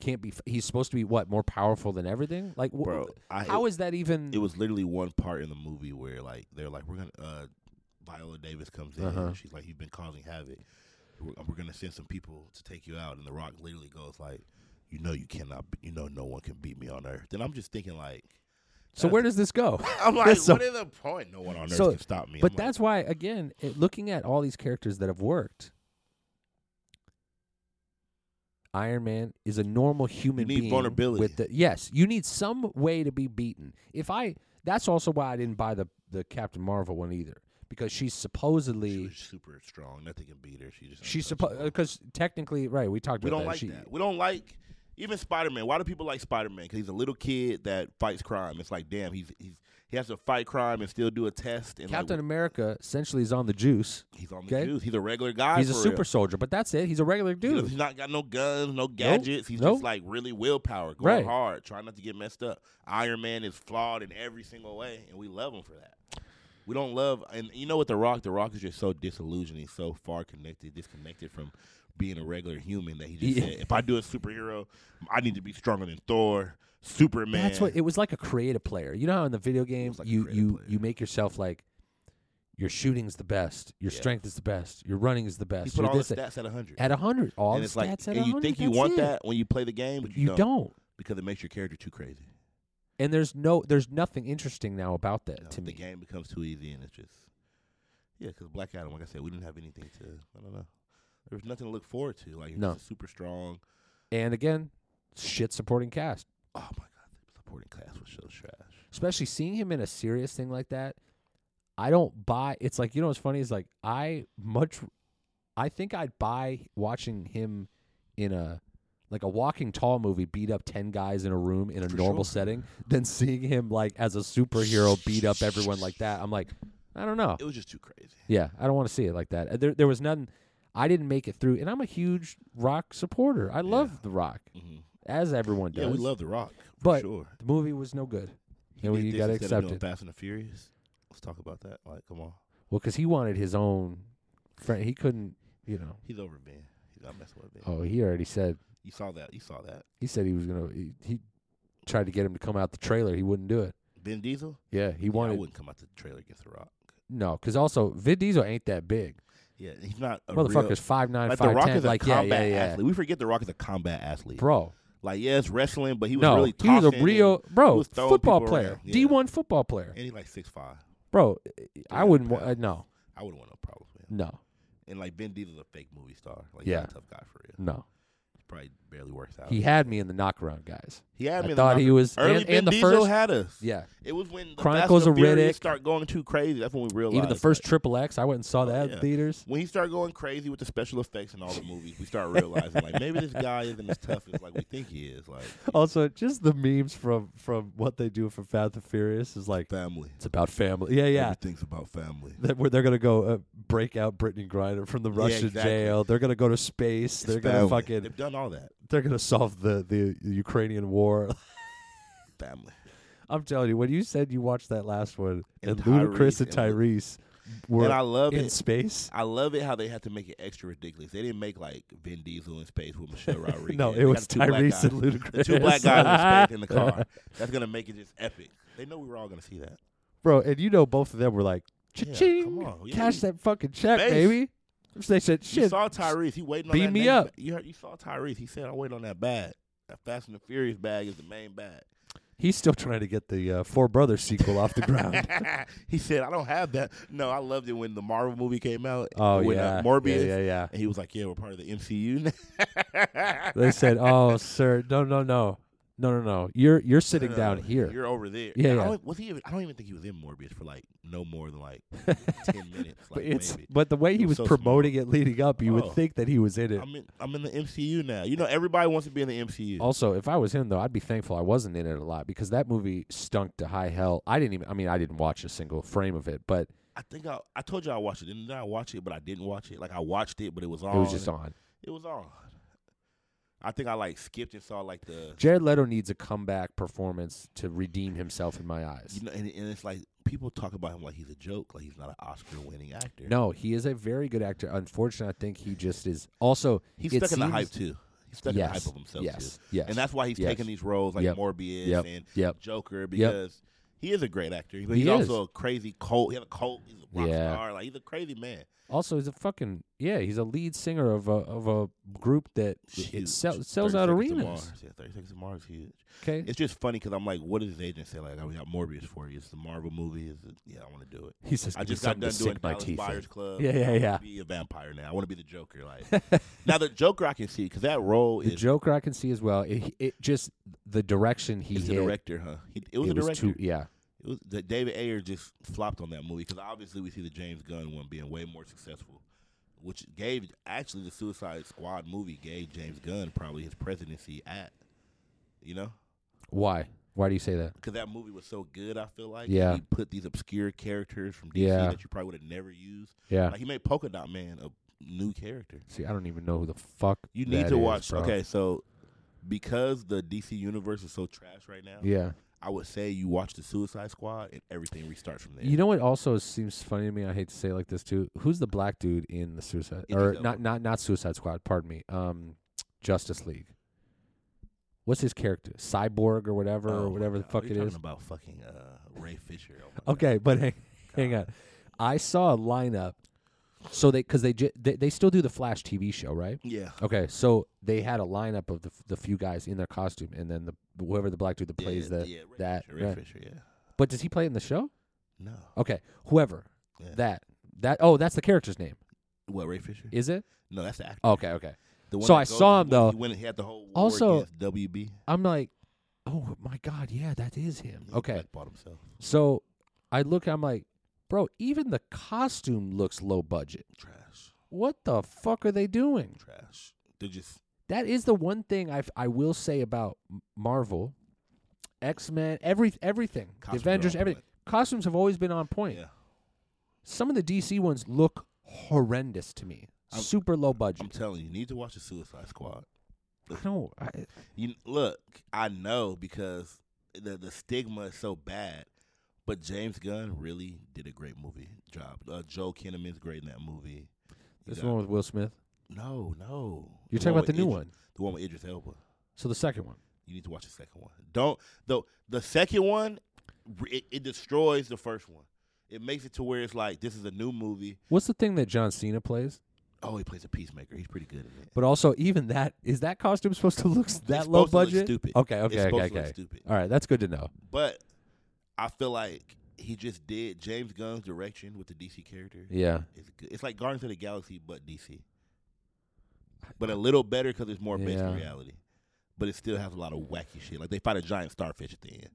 [SPEAKER 1] can't be. He's supposed to be what more powerful than everything. Like, wh-
[SPEAKER 2] bro, I,
[SPEAKER 1] how
[SPEAKER 2] it,
[SPEAKER 1] is that even?
[SPEAKER 2] it was literally one part in the movie where like they're like, we're gonna uh, Viola Davis comes in.
[SPEAKER 1] Uh-huh.
[SPEAKER 2] And she's like, you've been causing havoc. We're, we're gonna send some people to take you out. And The Rock literally goes like, you know, you cannot. You know, no one can beat me on Earth. And I'm just thinking like,
[SPEAKER 1] so where does this go?
[SPEAKER 2] I'm like,
[SPEAKER 1] So-
[SPEAKER 2] what is the point? No one on Earth
[SPEAKER 1] so-
[SPEAKER 2] can stop me.
[SPEAKER 1] but
[SPEAKER 2] I'm like,
[SPEAKER 1] that's why, again, it, looking at all these characters that have worked, Iron Man is a normal human
[SPEAKER 2] need
[SPEAKER 1] being.
[SPEAKER 2] vulnerability.
[SPEAKER 1] With the, yes, you need some way to be beaten. If I, that's also why I didn't buy the the Captain Marvel one either, because she's supposedly.
[SPEAKER 2] she was super strong. Nothing can beat her. She just
[SPEAKER 1] She's supposed
[SPEAKER 2] untouchable.
[SPEAKER 1] because technically, right? We talked
[SPEAKER 2] We
[SPEAKER 1] about
[SPEAKER 2] don't
[SPEAKER 1] that.
[SPEAKER 2] like
[SPEAKER 1] She-
[SPEAKER 2] that. We don't like even Spider Man. Why do people like Spider Man? Because he's a little kid that fights crime. It's like, damn, he's he's he has to fight crime and still do a test. And like,
[SPEAKER 1] Captain America essentially is on the juice.
[SPEAKER 2] he's on the
[SPEAKER 1] okay.
[SPEAKER 2] juice. He's a regular guy.
[SPEAKER 1] He's a
[SPEAKER 2] for
[SPEAKER 1] super
[SPEAKER 2] real.
[SPEAKER 1] soldier, but that's it. He's a regular
[SPEAKER 2] He doesn't-
[SPEAKER 1] dude.
[SPEAKER 2] He's not got no guns, no gadgets. He's
[SPEAKER 1] Nope.
[SPEAKER 2] just like really willpower, going
[SPEAKER 1] Right.
[SPEAKER 2] hard, trying not to get messed up. Iron Man is flawed in every single way, and we love him for that. We don't love, and you know what? The Rock, The Rock is just so disillusioned. He's so far connected, disconnected from being a regular human that he just
[SPEAKER 1] Yeah.
[SPEAKER 2] said, "If I do a superhero, I need to be stronger than Thor, Superman."
[SPEAKER 1] That's what it was like a creative player. You know how in the video game
[SPEAKER 2] like a
[SPEAKER 1] you
[SPEAKER 2] creative
[SPEAKER 1] you
[SPEAKER 2] player.
[SPEAKER 1] you make yourself like your shooting's the best, your
[SPEAKER 2] Yeah.
[SPEAKER 1] strength is the best, your running is the
[SPEAKER 2] he
[SPEAKER 1] best.
[SPEAKER 2] put
[SPEAKER 1] your
[SPEAKER 2] all the
[SPEAKER 1] this,
[SPEAKER 2] stats at hundred,
[SPEAKER 1] at hundred, all
[SPEAKER 2] and
[SPEAKER 1] the
[SPEAKER 2] it's
[SPEAKER 1] stats
[SPEAKER 2] like,
[SPEAKER 1] at
[SPEAKER 2] and you
[SPEAKER 1] 100,
[SPEAKER 2] think you
[SPEAKER 1] that's
[SPEAKER 2] want
[SPEAKER 1] it.
[SPEAKER 2] that when you play the game, but you,
[SPEAKER 1] you don't.
[SPEAKER 2] because it makes your character too crazy.
[SPEAKER 1] And there's no there's nothing interesting now about that
[SPEAKER 2] you know,
[SPEAKER 1] to me.
[SPEAKER 2] the game becomes too easy, and it's just yeah. Because Black Adam, like I said, we didn't have anything to. I don't know. There was nothing to look forward to. Like you're
[SPEAKER 1] No.
[SPEAKER 2] just a super strong.
[SPEAKER 1] And again, shit supporting cast.
[SPEAKER 2] Oh my god, the supporting class was so trash.
[SPEAKER 1] especially seeing him in a serious thing like that i don't buy it's like you know what's funny is like i much i think i'd buy watching him in a like a walking tall movie beat up 10 guys in a room in a
[SPEAKER 2] For
[SPEAKER 1] normal
[SPEAKER 2] sure.
[SPEAKER 1] setting than seeing him like as a superhero beat up everyone like that i'm like i don't know
[SPEAKER 2] It was just too crazy.
[SPEAKER 1] yeah i don't want to see it like that Uh, there, there was nothing i didn't make it through and i'm a huge rock supporter i love the rock
[SPEAKER 2] Mhm.
[SPEAKER 1] as everyone does
[SPEAKER 2] Yeah, we love The Rock, for
[SPEAKER 1] Mm-hmm. But-
[SPEAKER 2] sure.
[SPEAKER 1] the movie was no good
[SPEAKER 2] He
[SPEAKER 1] and
[SPEAKER 2] did
[SPEAKER 1] we
[SPEAKER 2] this
[SPEAKER 1] got to
[SPEAKER 2] instead of
[SPEAKER 1] accept
[SPEAKER 2] doing
[SPEAKER 1] it
[SPEAKER 2] Fast and the Furious. Let's talk about that. Like, come on,
[SPEAKER 1] Well, because he wanted his own friend. He couldn't, you know.
[SPEAKER 2] he's over Ben. He's not messing with Ben.
[SPEAKER 1] Oh, he already said.
[SPEAKER 2] You saw that. You saw that.
[SPEAKER 1] He said he was gonna. He, he tried to get him to come out the trailer. He wouldn't do it.
[SPEAKER 2] Ben Diesel.
[SPEAKER 1] Yeah, he
[SPEAKER 2] Yeah, I
[SPEAKER 1] wanted
[SPEAKER 2] wouldn't come out the trailer against The Rock.
[SPEAKER 1] no, because also Vin Diesel ain't that big.
[SPEAKER 2] Yeah, he's not a real.
[SPEAKER 1] Motherfucker's five nine,
[SPEAKER 2] Like
[SPEAKER 1] five
[SPEAKER 2] The Rock
[SPEAKER 1] ten.
[SPEAKER 2] is a
[SPEAKER 1] Like yeah,
[SPEAKER 2] combat
[SPEAKER 1] yeah, yeah.
[SPEAKER 2] athlete. We forget The Rock is a combat athlete.
[SPEAKER 1] Bro,
[SPEAKER 2] Like, yeah, it's wrestling, but he was
[SPEAKER 1] no,
[SPEAKER 2] really
[SPEAKER 1] he was
[SPEAKER 2] tossing
[SPEAKER 1] a real
[SPEAKER 2] he
[SPEAKER 1] bro
[SPEAKER 2] was throwing
[SPEAKER 1] football
[SPEAKER 2] people
[SPEAKER 1] player,
[SPEAKER 2] around, yeah.
[SPEAKER 1] D one football player.
[SPEAKER 2] And, and he like six five.
[SPEAKER 1] Bro, I
[SPEAKER 2] Yeah,
[SPEAKER 1] wouldn't. wa-
[SPEAKER 2] pal.
[SPEAKER 1] Uh, no,
[SPEAKER 2] I wouldn't want no problems with him.
[SPEAKER 1] no.
[SPEAKER 2] And like Ben Diesel's a fake movie star. Like
[SPEAKER 1] Yeah.
[SPEAKER 2] he's a tough guy for real.
[SPEAKER 1] No,
[SPEAKER 2] He probably barely works out.
[SPEAKER 1] he had me in the knockaround, guys.
[SPEAKER 2] He had me.
[SPEAKER 1] I
[SPEAKER 2] in
[SPEAKER 1] thought
[SPEAKER 2] the
[SPEAKER 1] he was
[SPEAKER 2] early
[SPEAKER 1] and,
[SPEAKER 2] Ben
[SPEAKER 1] and the
[SPEAKER 2] Diesel
[SPEAKER 1] first.
[SPEAKER 2] had us.
[SPEAKER 1] Yeah,
[SPEAKER 2] It was when the
[SPEAKER 1] Chronicles
[SPEAKER 2] Fast and
[SPEAKER 1] of
[SPEAKER 2] the Furious
[SPEAKER 1] Riddick.
[SPEAKER 2] start going too crazy. That's when we realized.
[SPEAKER 1] even the first Triple X, I went and saw that in
[SPEAKER 2] Oh, yeah.
[SPEAKER 1] theaters.
[SPEAKER 2] when he started going crazy with the special effects and all the movies, we start realizing like maybe this guy isn't as tough as like we think he is. Like
[SPEAKER 1] Also, just the memes from from what they do for Fast and Furious is like
[SPEAKER 2] family.
[SPEAKER 1] it's about family. Yeah, yeah.
[SPEAKER 2] Everything's about family.
[SPEAKER 1] That where they're gonna go uh, break out Brittany Griner from the Russian
[SPEAKER 2] exactly.
[SPEAKER 1] jail. They're gonna go to space.
[SPEAKER 2] It's
[SPEAKER 1] They're gonna
[SPEAKER 2] family.
[SPEAKER 1] fucking.
[SPEAKER 2] They've done all that.
[SPEAKER 1] They're gonna solve the the Ukrainian war.
[SPEAKER 2] Family.
[SPEAKER 1] I'm telling you, when you said you watched that last one, and,
[SPEAKER 2] And
[SPEAKER 1] Ludacris
[SPEAKER 2] Tyrese
[SPEAKER 1] and
[SPEAKER 2] and Lu-
[SPEAKER 1] Tyrese were
[SPEAKER 2] and I love
[SPEAKER 1] in
[SPEAKER 2] it.
[SPEAKER 1] space.
[SPEAKER 2] I love it how they had to make it extra ridiculous. They didn't make like Vin Diesel in space with Michelle Rodriguez.
[SPEAKER 1] No,
[SPEAKER 2] They
[SPEAKER 1] it
[SPEAKER 2] got
[SPEAKER 1] was
[SPEAKER 2] the two black
[SPEAKER 1] Tyrese
[SPEAKER 2] guys.
[SPEAKER 1] and Ludacris.
[SPEAKER 2] The two black guys in space in the car. That's gonna make it just epic. They know we were all gonna see that.
[SPEAKER 1] bro. And you know, both of them were like,
[SPEAKER 2] Yeah,
[SPEAKER 1] "Cha
[SPEAKER 2] come
[SPEAKER 1] ching,
[SPEAKER 2] on, yeah.
[SPEAKER 1] cash that fucking check,
[SPEAKER 2] Space.
[SPEAKER 1] baby." They said,
[SPEAKER 2] You
[SPEAKER 1] "Shit,
[SPEAKER 2] saw Tyrese. He waiting on
[SPEAKER 1] Beam
[SPEAKER 2] that
[SPEAKER 1] me
[SPEAKER 2] next
[SPEAKER 1] up.
[SPEAKER 2] ba- You heard, you saw Tyrese. He said, "I wait on that bag. That Fast and the Furious bag is the main bag."
[SPEAKER 1] he's still trying to get the uh, Four Brothers sequel off the ground."
[SPEAKER 2] he said, "I don't have that." No, I loved it when the Marvel movie came out.
[SPEAKER 1] Oh
[SPEAKER 2] when,
[SPEAKER 1] yeah,
[SPEAKER 2] uh, Morbius.
[SPEAKER 1] Yeah, yeah, yeah.
[SPEAKER 2] And he was like, "Yeah, we're part of the MCU." now."
[SPEAKER 1] They said, "Oh, sir, no, no, no, no, no, no. You're you're
[SPEAKER 2] No,
[SPEAKER 1] sitting
[SPEAKER 2] no,
[SPEAKER 1] down
[SPEAKER 2] no,
[SPEAKER 1] here."
[SPEAKER 2] You're over there.
[SPEAKER 1] Yeah,
[SPEAKER 2] And I
[SPEAKER 1] yeah.
[SPEAKER 2] don't- was he? Even, I don't even think he was in Morbius for like no more than like ten minutes. Like
[SPEAKER 1] but it's
[SPEAKER 2] maybe.
[SPEAKER 1] but the way he
[SPEAKER 2] It
[SPEAKER 1] was
[SPEAKER 2] was so
[SPEAKER 1] promoting it leading up, you
[SPEAKER 2] Oh.
[SPEAKER 1] would think that he was in it.
[SPEAKER 2] I'm in. I'm in the MCU now. You know, everybody wants to be in the MCU.
[SPEAKER 1] Also, if I was him though, I'd be thankful I wasn't in it a lot because that movie stunk to high hell. I didn't even I mean I didn't watch a single frame of it, but
[SPEAKER 2] I think I, I told you I watched it. Didn't I watch it? But I didn't watch it. Like I watched it, but it was on.
[SPEAKER 1] it was just on.
[SPEAKER 2] It was on. I think I like skipped and saw like the.
[SPEAKER 1] Jared Leto needs a comeback performance to redeem himself in my eyes.
[SPEAKER 2] You know, and, and it's like people talk about him like he's a joke, like he's not an Oscar-winning actor.
[SPEAKER 1] No, he is a very good actor. Unfortunately, I think he just is also
[SPEAKER 2] he's
[SPEAKER 1] it
[SPEAKER 2] stuck in the
[SPEAKER 1] seems-
[SPEAKER 2] hype too. He's stuck in the
[SPEAKER 1] Yes,
[SPEAKER 2] hype of himself too.
[SPEAKER 1] Yes. Yes.
[SPEAKER 2] and that's why he's
[SPEAKER 1] Yes.
[SPEAKER 2] taking these roles like
[SPEAKER 1] Yep.
[SPEAKER 2] Morbius
[SPEAKER 1] Yep.
[SPEAKER 2] and
[SPEAKER 1] Yep.
[SPEAKER 2] Joker because he is a great actor, but
[SPEAKER 1] He
[SPEAKER 2] he's
[SPEAKER 1] is.
[SPEAKER 2] also a crazy cult. He has a cult. He's a rock
[SPEAKER 1] Yeah.
[SPEAKER 2] star. Like he's a crazy man.
[SPEAKER 1] Also, he's a fucking yeah. He's a lead singer of a of a group that
[SPEAKER 2] Huge.
[SPEAKER 1] it sell, sells
[SPEAKER 2] 30
[SPEAKER 1] out
[SPEAKER 2] Seconds to
[SPEAKER 1] arenas.
[SPEAKER 2] Mars. Yeah, Thirty Seconds to Mars, is huge.
[SPEAKER 1] Okay,
[SPEAKER 2] It's just funny because I'm like, what does his agent say? Like, oh, we got Morbius for you. It's the Marvel movie. Is it? Yeah, I want to do it.
[SPEAKER 1] he says
[SPEAKER 2] I
[SPEAKER 1] "Give me
[SPEAKER 2] just got
[SPEAKER 1] something to
[SPEAKER 2] done doing
[SPEAKER 1] sink my
[SPEAKER 2] Dallas
[SPEAKER 1] teeth. in."
[SPEAKER 2] Buyers Club.
[SPEAKER 1] Yeah, yeah,
[SPEAKER 2] I wanna
[SPEAKER 1] yeah.
[SPEAKER 2] Be a vampire now. I want to be the Joker. Like now, the Joker I can see because that role
[SPEAKER 1] The
[SPEAKER 2] is
[SPEAKER 1] Joker I can see as well. It, it just the direction he
[SPEAKER 2] is the
[SPEAKER 1] hit.
[SPEAKER 2] director, huh? He, it was
[SPEAKER 1] it
[SPEAKER 2] a director.
[SPEAKER 1] too yeah.
[SPEAKER 2] It was that David Ayer just flopped on that movie because obviously we see the James Gunn one being way more successful, which gave actually the Suicide Squad movie gave James Gunn probably his presidency at, you know,
[SPEAKER 1] Why? Why do you say that?
[SPEAKER 2] because that movie was so good. I feel like
[SPEAKER 1] Yeah.
[SPEAKER 2] he put these obscure characters from DC
[SPEAKER 1] Yeah.
[SPEAKER 2] that you probably would have never used.
[SPEAKER 1] Yeah.
[SPEAKER 2] Like he made Polka Dot Man a new character.
[SPEAKER 1] see, I don't even know who the fuck
[SPEAKER 2] You need
[SPEAKER 1] that
[SPEAKER 2] to
[SPEAKER 1] is,
[SPEAKER 2] watch.
[SPEAKER 1] bro.
[SPEAKER 2] Okay, so because the DC universe is so trash right now,
[SPEAKER 1] Yeah.
[SPEAKER 2] I would say you watch the Suicide Squad and everything restarts from there.
[SPEAKER 1] You know what also seems funny to me? I hate to say it like this too. Who's the black dude in the Suicide
[SPEAKER 2] Idris
[SPEAKER 1] or
[SPEAKER 2] Elba.
[SPEAKER 1] not not not Suicide Squad, pardon me. Um Justice League. What's his character? Cyborg or whatever
[SPEAKER 2] Oh
[SPEAKER 1] or
[SPEAKER 2] my
[SPEAKER 1] whatever the
[SPEAKER 2] God,
[SPEAKER 1] fuck
[SPEAKER 2] we
[SPEAKER 1] it
[SPEAKER 2] talking
[SPEAKER 1] is.
[SPEAKER 2] About fucking uh, Ray Fisher. Oh my God.
[SPEAKER 1] Okay, but hang, hang on. I saw a lineup so they cuz they, ju- they they still do the Flash TV show, right?
[SPEAKER 2] Yeah.
[SPEAKER 1] Okay, so they had a lineup of the, f- the few guys in their costume, and then the whoever the black dude that plays
[SPEAKER 2] yeah,
[SPEAKER 1] the.
[SPEAKER 2] yeah, Ray
[SPEAKER 1] that-
[SPEAKER 2] Fisher, Ray
[SPEAKER 1] right.
[SPEAKER 2] Fisher. Yeah.
[SPEAKER 1] But does he play it in the show?
[SPEAKER 2] No.
[SPEAKER 1] Okay, whoever
[SPEAKER 2] Yeah.
[SPEAKER 1] that that oh that's the character's name,
[SPEAKER 2] What Ray Fisher?
[SPEAKER 1] is it?
[SPEAKER 2] no, that's the actor.
[SPEAKER 1] Okay, okay.
[SPEAKER 2] The
[SPEAKER 1] Oh, so
[SPEAKER 2] that
[SPEAKER 1] I
[SPEAKER 2] goes-
[SPEAKER 1] saw him,
[SPEAKER 2] he
[SPEAKER 1] though.
[SPEAKER 2] He, went, he had the whole war
[SPEAKER 1] Also-
[SPEAKER 2] against WB.
[SPEAKER 1] I'm like, oh my god, yeah, that is him.
[SPEAKER 2] He
[SPEAKER 1] Okay,
[SPEAKER 2] blackballed himself.
[SPEAKER 1] so I look, I'm like, bro, even the costume looks low budget.
[SPEAKER 2] Trash.
[SPEAKER 1] What the fuck are they doing?
[SPEAKER 2] Trash. They're just
[SPEAKER 1] That is the one thing I I will say about M- Marvel, X Men, every everything, the
[SPEAKER 2] Costumes are
[SPEAKER 1] Avengers,
[SPEAKER 2] on
[SPEAKER 1] everything. Costumes have always been on point.
[SPEAKER 2] yeah.
[SPEAKER 1] Some of the DC ones look horrendous to me.
[SPEAKER 2] I'm-
[SPEAKER 1] Super low
[SPEAKER 2] I'm
[SPEAKER 1] budget.
[SPEAKER 2] telling you, you need to watch the Suicide Squad.
[SPEAKER 1] I know. I,
[SPEAKER 2] You look, I know because the the stigma is so bad, but James Gunn really did a great movie job. Uh, Joe Kinnaman's great in that movie. You
[SPEAKER 1] this
[SPEAKER 2] got-
[SPEAKER 1] one with Will Smith.
[SPEAKER 2] No, no.
[SPEAKER 1] You're talking about the
[SPEAKER 2] with
[SPEAKER 1] new
[SPEAKER 2] Idris-
[SPEAKER 1] one.
[SPEAKER 2] The one with Idris Elba.
[SPEAKER 1] So the second one.
[SPEAKER 2] You need to watch the second one. Don't though the second one, r- it, it destroys the first one. It makes it to where it's like this is a new movie.
[SPEAKER 1] What's the thing that John Cena plays?
[SPEAKER 2] Oh, he plays a peacemaker. He's pretty good in it.
[SPEAKER 1] But also, even that is that costume supposed to look s- that
[SPEAKER 2] It's
[SPEAKER 1] low
[SPEAKER 2] supposed to look
[SPEAKER 1] budget?
[SPEAKER 2] stupid.
[SPEAKER 1] Okay, okay,
[SPEAKER 2] it's supposed
[SPEAKER 1] okay,
[SPEAKER 2] to look
[SPEAKER 1] okay.
[SPEAKER 2] stupid.
[SPEAKER 1] All right, that's good to know.
[SPEAKER 2] But I feel like he just did James Gunn's direction with the DC character.
[SPEAKER 1] Yeah.
[SPEAKER 2] It's good. It's like Guardians of the Galaxy, but DC, but a little better because it's more based in
[SPEAKER 1] Yeah.
[SPEAKER 2] reality. But it still has a lot of wacky shit. Like they fight a giant starfish at the end,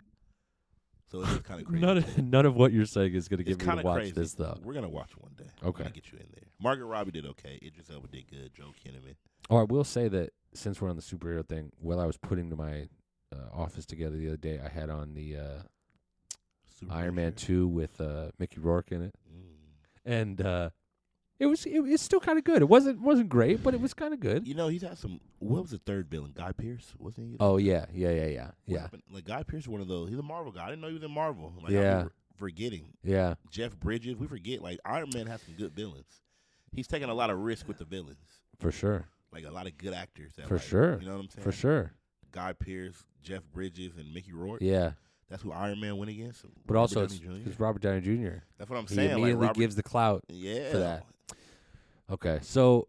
[SPEAKER 2] so it's kind of crazy.
[SPEAKER 1] None of, none of what you're saying is going to
[SPEAKER 2] It's
[SPEAKER 1] get me
[SPEAKER 2] kind
[SPEAKER 1] to
[SPEAKER 2] of
[SPEAKER 1] watch
[SPEAKER 2] crazy.
[SPEAKER 1] this though.
[SPEAKER 2] We're gonna watch one day.
[SPEAKER 1] Okay.
[SPEAKER 2] i get you in there. Margaret Robbie did okay. Idris Elba did good. Joe Kinnaman.
[SPEAKER 1] Oh, I will say that since we're on the superhero thing, while I was putting to my uh, office together the other day, I had on the uh,
[SPEAKER 2] Super
[SPEAKER 1] Iron Man two with uh, Mickey Rourke in it,
[SPEAKER 2] Mm.
[SPEAKER 1] and uh, it was it, it's still kind of good. It wasn't wasn't great, but it was kind of good.
[SPEAKER 2] You know he's had some. What was the third villain? Guy Pierce wasn't he?
[SPEAKER 1] Oh yeah, yeah, yeah, yeah,
[SPEAKER 2] What
[SPEAKER 1] yeah,
[SPEAKER 2] happened- Like Guy Pierce, one of those. He's a Marvel guy. I didn't know he was in Marvel. Like, I be
[SPEAKER 1] Yeah.
[SPEAKER 2] re- forgetting
[SPEAKER 1] yeah.
[SPEAKER 2] Jeff Bridges. We forget like Iron Man has some good villains. He's taking a lot of risk with the villains.
[SPEAKER 1] For sure,
[SPEAKER 2] Like a lot of good actors. That,
[SPEAKER 1] For
[SPEAKER 2] like,
[SPEAKER 1] sure.
[SPEAKER 2] You know what I'm saying?
[SPEAKER 1] for sure.
[SPEAKER 2] Guy Pierce, Jeff Bridges, and Mickey Rourke.
[SPEAKER 1] Yeah,
[SPEAKER 2] That's who Iron Man went against.
[SPEAKER 1] but
[SPEAKER 2] Robert
[SPEAKER 1] also it's,
[SPEAKER 2] Downey Jr..
[SPEAKER 1] it's Robert Downey Jr.
[SPEAKER 2] that's what I'm
[SPEAKER 1] He
[SPEAKER 2] saying. like,
[SPEAKER 1] immediately
[SPEAKER 2] Robert-
[SPEAKER 1] gives the clout.
[SPEAKER 2] yeah
[SPEAKER 1] that. Okay, so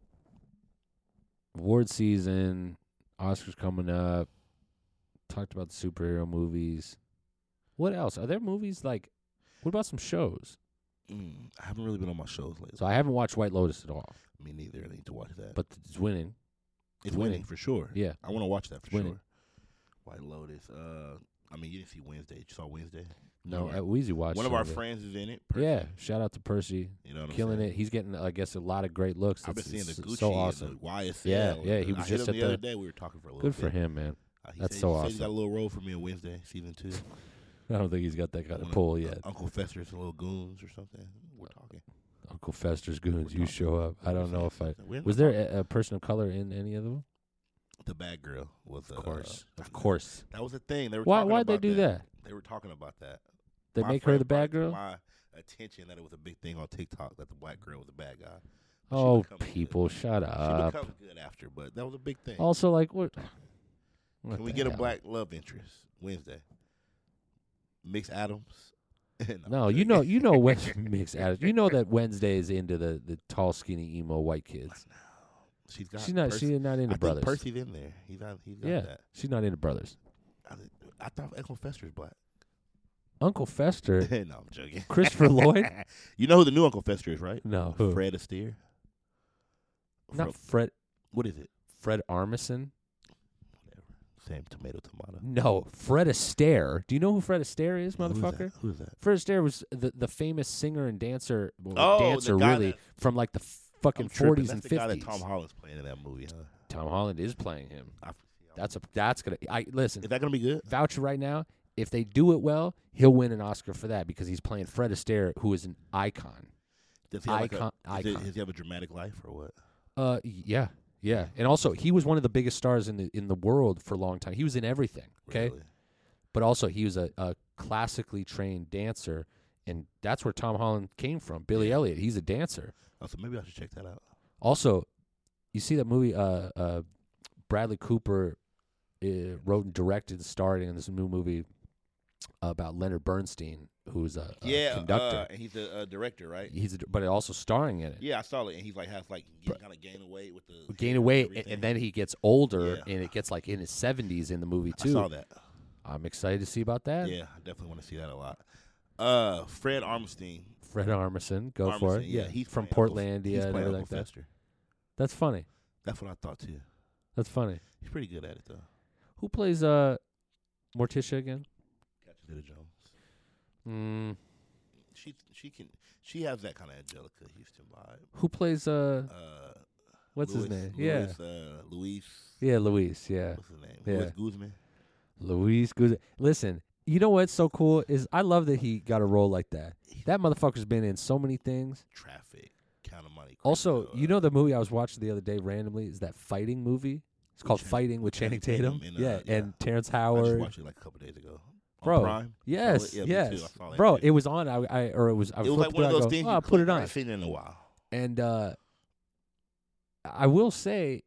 [SPEAKER 1] award season, Oscars coming up. Talked about the superhero movies. What else? Are there movies like? What about some shows?
[SPEAKER 2] Mm, I haven't really been on my shows lately.
[SPEAKER 1] So I haven't watched White Lotus at all,
[SPEAKER 2] Me neither. I need to watch that.
[SPEAKER 1] but it's winning.
[SPEAKER 2] it's winning,
[SPEAKER 1] winning.
[SPEAKER 2] for sure.
[SPEAKER 1] Yeah,
[SPEAKER 2] I want to watch that for
[SPEAKER 1] It's winning.
[SPEAKER 2] sure. White Lotus. Uh, I mean, you didn't see Wednesday. You saw Wednesday.
[SPEAKER 1] no,
[SPEAKER 2] One
[SPEAKER 1] at
[SPEAKER 2] of
[SPEAKER 1] Wheezy watched.
[SPEAKER 2] one of
[SPEAKER 1] some
[SPEAKER 2] our
[SPEAKER 1] it.
[SPEAKER 2] friends is in it.
[SPEAKER 1] Yeah, shout out to Percy,
[SPEAKER 2] you know what I'm
[SPEAKER 1] killing
[SPEAKER 2] saying?
[SPEAKER 1] it. He's getting, I guess, a lot of great looks.
[SPEAKER 2] I've been
[SPEAKER 1] It's-
[SPEAKER 2] seeing the
[SPEAKER 1] it's
[SPEAKER 2] Gucci,
[SPEAKER 1] so
[SPEAKER 2] and
[SPEAKER 1] awesome.
[SPEAKER 2] the YSL.
[SPEAKER 1] Yeah, yeah, he
[SPEAKER 2] I
[SPEAKER 1] was
[SPEAKER 2] hit
[SPEAKER 1] just
[SPEAKER 2] him
[SPEAKER 1] at
[SPEAKER 2] the, other
[SPEAKER 1] the-
[SPEAKER 2] day. We were talking for a little
[SPEAKER 1] Good for
[SPEAKER 2] bit.
[SPEAKER 1] him, man.
[SPEAKER 2] Uh, he
[SPEAKER 1] That's
[SPEAKER 2] said-
[SPEAKER 1] so
[SPEAKER 2] he said He's got a
[SPEAKER 1] awesome.
[SPEAKER 2] little role for me in Wednesday season two.
[SPEAKER 1] I don't think he's got that kind
[SPEAKER 2] One
[SPEAKER 1] of
[SPEAKER 2] of uh,
[SPEAKER 1] pull
[SPEAKER 2] Un-
[SPEAKER 1] yet.
[SPEAKER 2] Uncle Fester's little goons or something. We're talking.
[SPEAKER 1] Uncle Fester's goons,
[SPEAKER 2] We're
[SPEAKER 1] you
[SPEAKER 2] talking.
[SPEAKER 1] show up. I don't know if I
[SPEAKER 2] We're not
[SPEAKER 1] was there
[SPEAKER 2] talking.
[SPEAKER 1] a, a person of color in any of them.
[SPEAKER 2] the bad girl was uh,
[SPEAKER 1] Of course, of course.
[SPEAKER 2] That was the thing. They were
[SPEAKER 1] Why?
[SPEAKER 2] talking
[SPEAKER 1] Why'd they
[SPEAKER 2] about
[SPEAKER 1] do that?
[SPEAKER 2] They were talking about that.
[SPEAKER 1] They
[SPEAKER 2] My
[SPEAKER 1] make her
[SPEAKER 2] friend
[SPEAKER 1] the bad
[SPEAKER 2] brought it
[SPEAKER 1] girl.
[SPEAKER 2] to My attention that it was a big thing on TikTok that the black girl was a bad guy. She
[SPEAKER 1] Oh,
[SPEAKER 2] become good.
[SPEAKER 1] people, shut
[SPEAKER 2] She
[SPEAKER 1] up.
[SPEAKER 2] became good after, but that was a big thing.
[SPEAKER 1] Also, like, what? what
[SPEAKER 2] Can we
[SPEAKER 1] the
[SPEAKER 2] get a
[SPEAKER 1] hell?
[SPEAKER 2] black love interest Wednesday? Mix Adams. No, I'm
[SPEAKER 1] No, you
[SPEAKER 2] joking.
[SPEAKER 1] know, you know what mixed attitude. You know that Wednesday is into the the tall, skinny, emo white kids.
[SPEAKER 2] She's got.
[SPEAKER 1] She's not.
[SPEAKER 2] Percy.
[SPEAKER 1] She's not
[SPEAKER 2] I
[SPEAKER 1] into
[SPEAKER 2] think
[SPEAKER 1] brothers.
[SPEAKER 2] Percy's in there. He's on. He's got
[SPEAKER 1] Yeah.
[SPEAKER 2] that.
[SPEAKER 1] She's not into brothers.
[SPEAKER 2] I, th- I thought Uncle Fester's black.
[SPEAKER 1] Uncle Fester,
[SPEAKER 2] no, I'm joking.
[SPEAKER 1] Christopher Lloyd.
[SPEAKER 2] You know who the new Uncle Fester is, right?
[SPEAKER 1] No, who?
[SPEAKER 2] Fred Astaire. Fro-
[SPEAKER 1] not Fred.
[SPEAKER 2] what is it?
[SPEAKER 1] Fred Armisen.
[SPEAKER 2] Same tomato, tomato.
[SPEAKER 1] No, Fred Astaire. Do you know who Fred Astaire is,
[SPEAKER 2] Who is that?
[SPEAKER 1] motherfucker?
[SPEAKER 2] Who is that?
[SPEAKER 1] Fred Astaire was the, the famous singer and dancer, well,
[SPEAKER 2] Oh, the
[SPEAKER 1] dancer
[SPEAKER 2] guy
[SPEAKER 1] really
[SPEAKER 2] that-
[SPEAKER 1] from like the
[SPEAKER 2] I'm
[SPEAKER 1] fucking
[SPEAKER 2] tripping.
[SPEAKER 1] forties and
[SPEAKER 2] That's the guy that
[SPEAKER 1] fifties.
[SPEAKER 2] Tom Holland's playing in that movie, huh?
[SPEAKER 1] Tom Holland is playing him.
[SPEAKER 2] I-
[SPEAKER 1] That's a
[SPEAKER 2] Um,
[SPEAKER 1] that's gonna. I listen.
[SPEAKER 2] Is that gonna be good?
[SPEAKER 1] Voucher right now. If they do it well, he'll win an Oscar for that because he's playing Fred Astaire, who is an icon.
[SPEAKER 2] Does he have, like, a-
[SPEAKER 1] Icon-
[SPEAKER 2] does he-
[SPEAKER 1] icon.
[SPEAKER 2] does he have a dramatic life or what?
[SPEAKER 1] Uh, yeah, yeah, and also he was one of the biggest stars in the in the world for a long time. He was in everything. Okay,
[SPEAKER 2] Really?
[SPEAKER 1] but also he was a, a classically trained dancer, and that's where Tom Holland came from. Billy Elliot, he's a dancer.
[SPEAKER 2] Oh, so maybe I should check that out.
[SPEAKER 1] Also, you see that movie uh, uh, Bradley Cooper uh, wrote and directed and starred in this new movie about Leonard Bernstein, who's a, a
[SPEAKER 2] yeah, uh,
[SPEAKER 1] conductor.
[SPEAKER 2] and he's a uh, director, right?
[SPEAKER 1] He's a, but also starring in it.
[SPEAKER 2] Yeah, I saw it, and he's like has like kind of gain weight with the
[SPEAKER 1] Gain
[SPEAKER 2] hair and
[SPEAKER 1] weight, and,
[SPEAKER 2] everything.
[SPEAKER 1] then he gets older,
[SPEAKER 2] Yeah.
[SPEAKER 1] and it gets like in his seventies in the movie
[SPEAKER 2] I saw
[SPEAKER 1] too.
[SPEAKER 2] that.
[SPEAKER 1] I'm excited to see about that.
[SPEAKER 2] Yeah, I definitely want to see that a lot. Uh, Fred Armstein.
[SPEAKER 1] Fred Armisen, go for
[SPEAKER 2] Armisen,
[SPEAKER 1] it. Yeah,
[SPEAKER 2] he's
[SPEAKER 1] from
[SPEAKER 2] playing Uncle-
[SPEAKER 1] Portlandia
[SPEAKER 2] he's
[SPEAKER 1] and everything
[SPEAKER 2] playing Uncle
[SPEAKER 1] like that.
[SPEAKER 2] Fester.
[SPEAKER 1] That's funny.
[SPEAKER 2] That's what I thought too.
[SPEAKER 1] That's funny.
[SPEAKER 2] He's pretty good at it though.
[SPEAKER 1] Who plays uh Morticia again?
[SPEAKER 2] Catch Zeta Jones.
[SPEAKER 1] Mm,
[SPEAKER 2] She she can she has that kind of Angelica Houston vibe.
[SPEAKER 1] who plays uh
[SPEAKER 2] Uh,
[SPEAKER 1] what's
[SPEAKER 2] Luis,
[SPEAKER 1] his name? yeah.
[SPEAKER 2] Luis, uh, Luis.
[SPEAKER 1] Yeah, Luis. Yeah,
[SPEAKER 2] What's his name?
[SPEAKER 1] Yeah.
[SPEAKER 2] Luis Guzman.
[SPEAKER 1] Luis Guzman. Listen, you know what's so cool is I love that he got a role like that. That motherfucker's been in so many things.
[SPEAKER 2] Traffic. Count of Monte. Cristo,
[SPEAKER 1] Also, you
[SPEAKER 2] uh,
[SPEAKER 1] know the movie I was watching the other day randomly is that fighting movie. It's called
[SPEAKER 2] Channing-
[SPEAKER 1] Fighting with
[SPEAKER 2] Channing
[SPEAKER 1] Channing Tatum.
[SPEAKER 2] Tatum and,
[SPEAKER 1] yeah,
[SPEAKER 2] uh, yeah.
[SPEAKER 1] and Terrence
[SPEAKER 2] I just
[SPEAKER 1] Howard.
[SPEAKER 2] watched it like a couple days ago. On
[SPEAKER 1] Bro,
[SPEAKER 2] Prime.
[SPEAKER 1] yes,
[SPEAKER 2] yeah, me too. I
[SPEAKER 1] yes,
[SPEAKER 2] saw that
[SPEAKER 1] bro.
[SPEAKER 2] too.
[SPEAKER 1] It was on. I, I or it was. I
[SPEAKER 2] it was like
[SPEAKER 1] flipped
[SPEAKER 2] one
[SPEAKER 1] through,
[SPEAKER 2] of
[SPEAKER 1] I
[SPEAKER 2] those
[SPEAKER 1] go,
[SPEAKER 2] things.
[SPEAKER 1] "Oh,
[SPEAKER 2] you
[SPEAKER 1] I'll put
[SPEAKER 2] click,
[SPEAKER 1] it
[SPEAKER 2] I
[SPEAKER 1] on.
[SPEAKER 2] ain't seen it in a while.
[SPEAKER 1] And uh, I will say,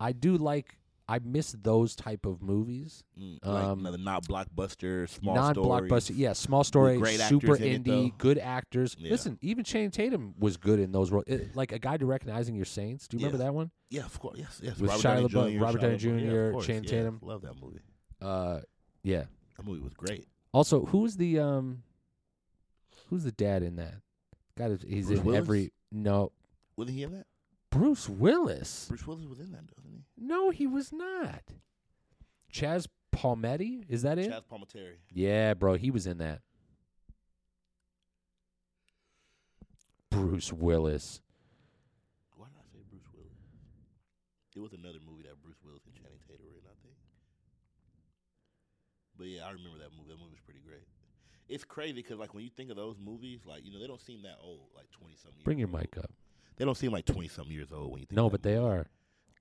[SPEAKER 1] I do like. I miss those type of movies.
[SPEAKER 2] Mm, like
[SPEAKER 1] Um,
[SPEAKER 2] another not blockbuster, small
[SPEAKER 1] non-blockbuster.
[SPEAKER 2] stories.
[SPEAKER 1] Yeah, small story,
[SPEAKER 2] great
[SPEAKER 1] super
[SPEAKER 2] actors in it,
[SPEAKER 1] indie,
[SPEAKER 2] though.
[SPEAKER 1] good actors.
[SPEAKER 2] Yeah.
[SPEAKER 1] Listen, even Channing Tatum was good in those roles. It- like a guy to recognizing your saints. Do you remember
[SPEAKER 2] Yeah.
[SPEAKER 1] that one?
[SPEAKER 2] Yeah, of course. Yes, yes.
[SPEAKER 1] With
[SPEAKER 2] Robert
[SPEAKER 1] Shia
[SPEAKER 2] Downey
[SPEAKER 1] LaBeouf-
[SPEAKER 2] Jr.,
[SPEAKER 1] Robert
[SPEAKER 2] Shia
[SPEAKER 1] Downey
[SPEAKER 2] LaBeau- yeah,
[SPEAKER 1] Jr.,
[SPEAKER 2] of course,
[SPEAKER 1] Channing
[SPEAKER 2] yeah.
[SPEAKER 1] Tatum.
[SPEAKER 2] Love that movie.
[SPEAKER 1] Uh, yeah.
[SPEAKER 2] That movie was great.
[SPEAKER 1] Also, who's the um? Who's the dad in that? God, is- he's
[SPEAKER 2] Bruce
[SPEAKER 1] in
[SPEAKER 2] Willis?
[SPEAKER 1] every. No,
[SPEAKER 2] Wasn't he in that?
[SPEAKER 1] Bruce Willis.
[SPEAKER 2] Bruce Willis was in that, wasn't
[SPEAKER 1] No, he was not. Chaz Palmetti, is that
[SPEAKER 2] he?
[SPEAKER 1] it?
[SPEAKER 2] Chaz Palminteri.
[SPEAKER 1] Yeah, bro, he was in that. Bruce Willis.
[SPEAKER 2] Why did I say Bruce Willis? It was another movie that Bruce Willis and Channing Tatum were in, I think. But yeah, I remember that movie. That movie was pretty great. It's crazy because like when you think of those movies, like you know they don't seem that old, like twenty something.
[SPEAKER 1] Bring
[SPEAKER 2] years
[SPEAKER 1] your mic
[SPEAKER 2] old.
[SPEAKER 1] up.
[SPEAKER 2] They don't seem like twenty something years old when you think.
[SPEAKER 1] No,
[SPEAKER 2] of
[SPEAKER 1] but
[SPEAKER 2] that
[SPEAKER 1] they are.
[SPEAKER 2] movie.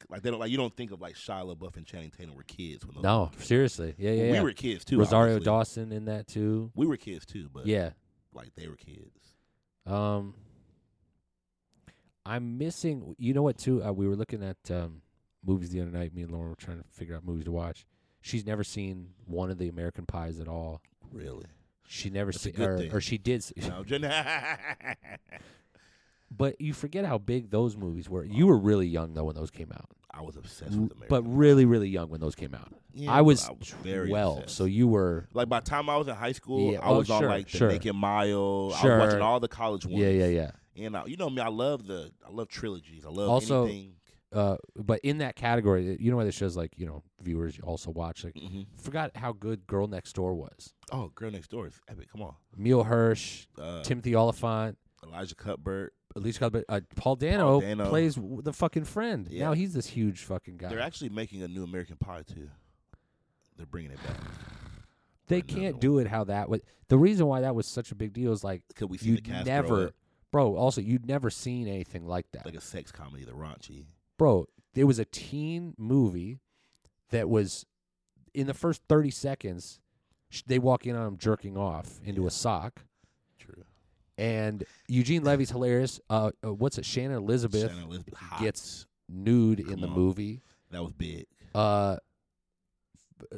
[SPEAKER 2] like they don't like you don't think of like Shia LaBeouf and Channing Tatum were kids when those
[SPEAKER 1] No,
[SPEAKER 2] movies came out.
[SPEAKER 1] seriously. Yeah, yeah, yeah.
[SPEAKER 2] we were kids too.
[SPEAKER 1] Rosario
[SPEAKER 2] obviously.
[SPEAKER 1] Dawson in that too.
[SPEAKER 2] We were kids too, but
[SPEAKER 1] Yeah.
[SPEAKER 2] like they were kids.
[SPEAKER 1] Um, I'm missing. You know what? Too, uh, we were looking at um, movies the other night. Me and Lauren were trying to figure out movies to watch. She's never seen one of the American Pies at all.
[SPEAKER 2] Really?
[SPEAKER 1] She never
[SPEAKER 2] That's a
[SPEAKER 1] seen,
[SPEAKER 2] good
[SPEAKER 1] or,
[SPEAKER 2] thing.
[SPEAKER 1] or she did. s-
[SPEAKER 2] No, Jen- I
[SPEAKER 1] But you forget how big those movies were. You were really young though when those came out,
[SPEAKER 2] was obsessed with America.
[SPEAKER 1] but really, really young when those came out.
[SPEAKER 2] Yeah,
[SPEAKER 1] I
[SPEAKER 2] but
[SPEAKER 1] was,
[SPEAKER 2] very
[SPEAKER 1] twelve,
[SPEAKER 2] obsessed.
[SPEAKER 1] so you were.
[SPEAKER 2] like by the time I was in high school,
[SPEAKER 1] Yeah,
[SPEAKER 2] I
[SPEAKER 1] oh,
[SPEAKER 2] was on
[SPEAKER 1] sure,
[SPEAKER 2] like the
[SPEAKER 1] sure.
[SPEAKER 2] Naked Mile. I was
[SPEAKER 1] Sure.
[SPEAKER 2] watching all the college ones.
[SPEAKER 1] Yeah, yeah, yeah.
[SPEAKER 2] And I, you know me, I love the I love trilogies. I love
[SPEAKER 1] Also-
[SPEAKER 2] anything.
[SPEAKER 1] Uh, but in that category, you know why this shows like you know viewers also watch. Like,
[SPEAKER 2] hmm
[SPEAKER 1] forgot how good Girl Next Door was.
[SPEAKER 2] Oh, Girl Next Door is epic. Come on,
[SPEAKER 1] Emil Hirsch,
[SPEAKER 2] uh,
[SPEAKER 1] Timothy Oliphant,
[SPEAKER 2] Elijah Cuthbert.
[SPEAKER 1] Alicia Cuthbert, uh, Paul, Dano
[SPEAKER 2] Dano.
[SPEAKER 1] plays w- the fucking friend.
[SPEAKER 2] Yeah.
[SPEAKER 1] Now he's this huge fucking guy.
[SPEAKER 2] They're actually making a new American Pie too. They're bringing it back.
[SPEAKER 1] they
[SPEAKER 2] another
[SPEAKER 1] can't
[SPEAKER 2] one.
[SPEAKER 1] do it how that was. The reason why that was such a big deal is like
[SPEAKER 2] Could we see the
[SPEAKER 1] you'd
[SPEAKER 2] cast grow
[SPEAKER 1] never,
[SPEAKER 2] up?
[SPEAKER 1] bro. Also, you'd never seen anything like that,
[SPEAKER 2] like a sex comedy, the raunchy.
[SPEAKER 1] bro. There was a teen movie that was in the first thirty seconds. sh- They walk in on him jerking off into
[SPEAKER 2] Yeah.
[SPEAKER 1] a sock,
[SPEAKER 2] True.
[SPEAKER 1] and Eugene Levy's hilarious. Uh, uh, what's it? Shannon Elizabeth
[SPEAKER 2] Shannon Elizabeth hot.
[SPEAKER 1] gets nude in
[SPEAKER 2] Come
[SPEAKER 1] the
[SPEAKER 2] on.
[SPEAKER 1] movie.
[SPEAKER 2] that was big.
[SPEAKER 1] uh,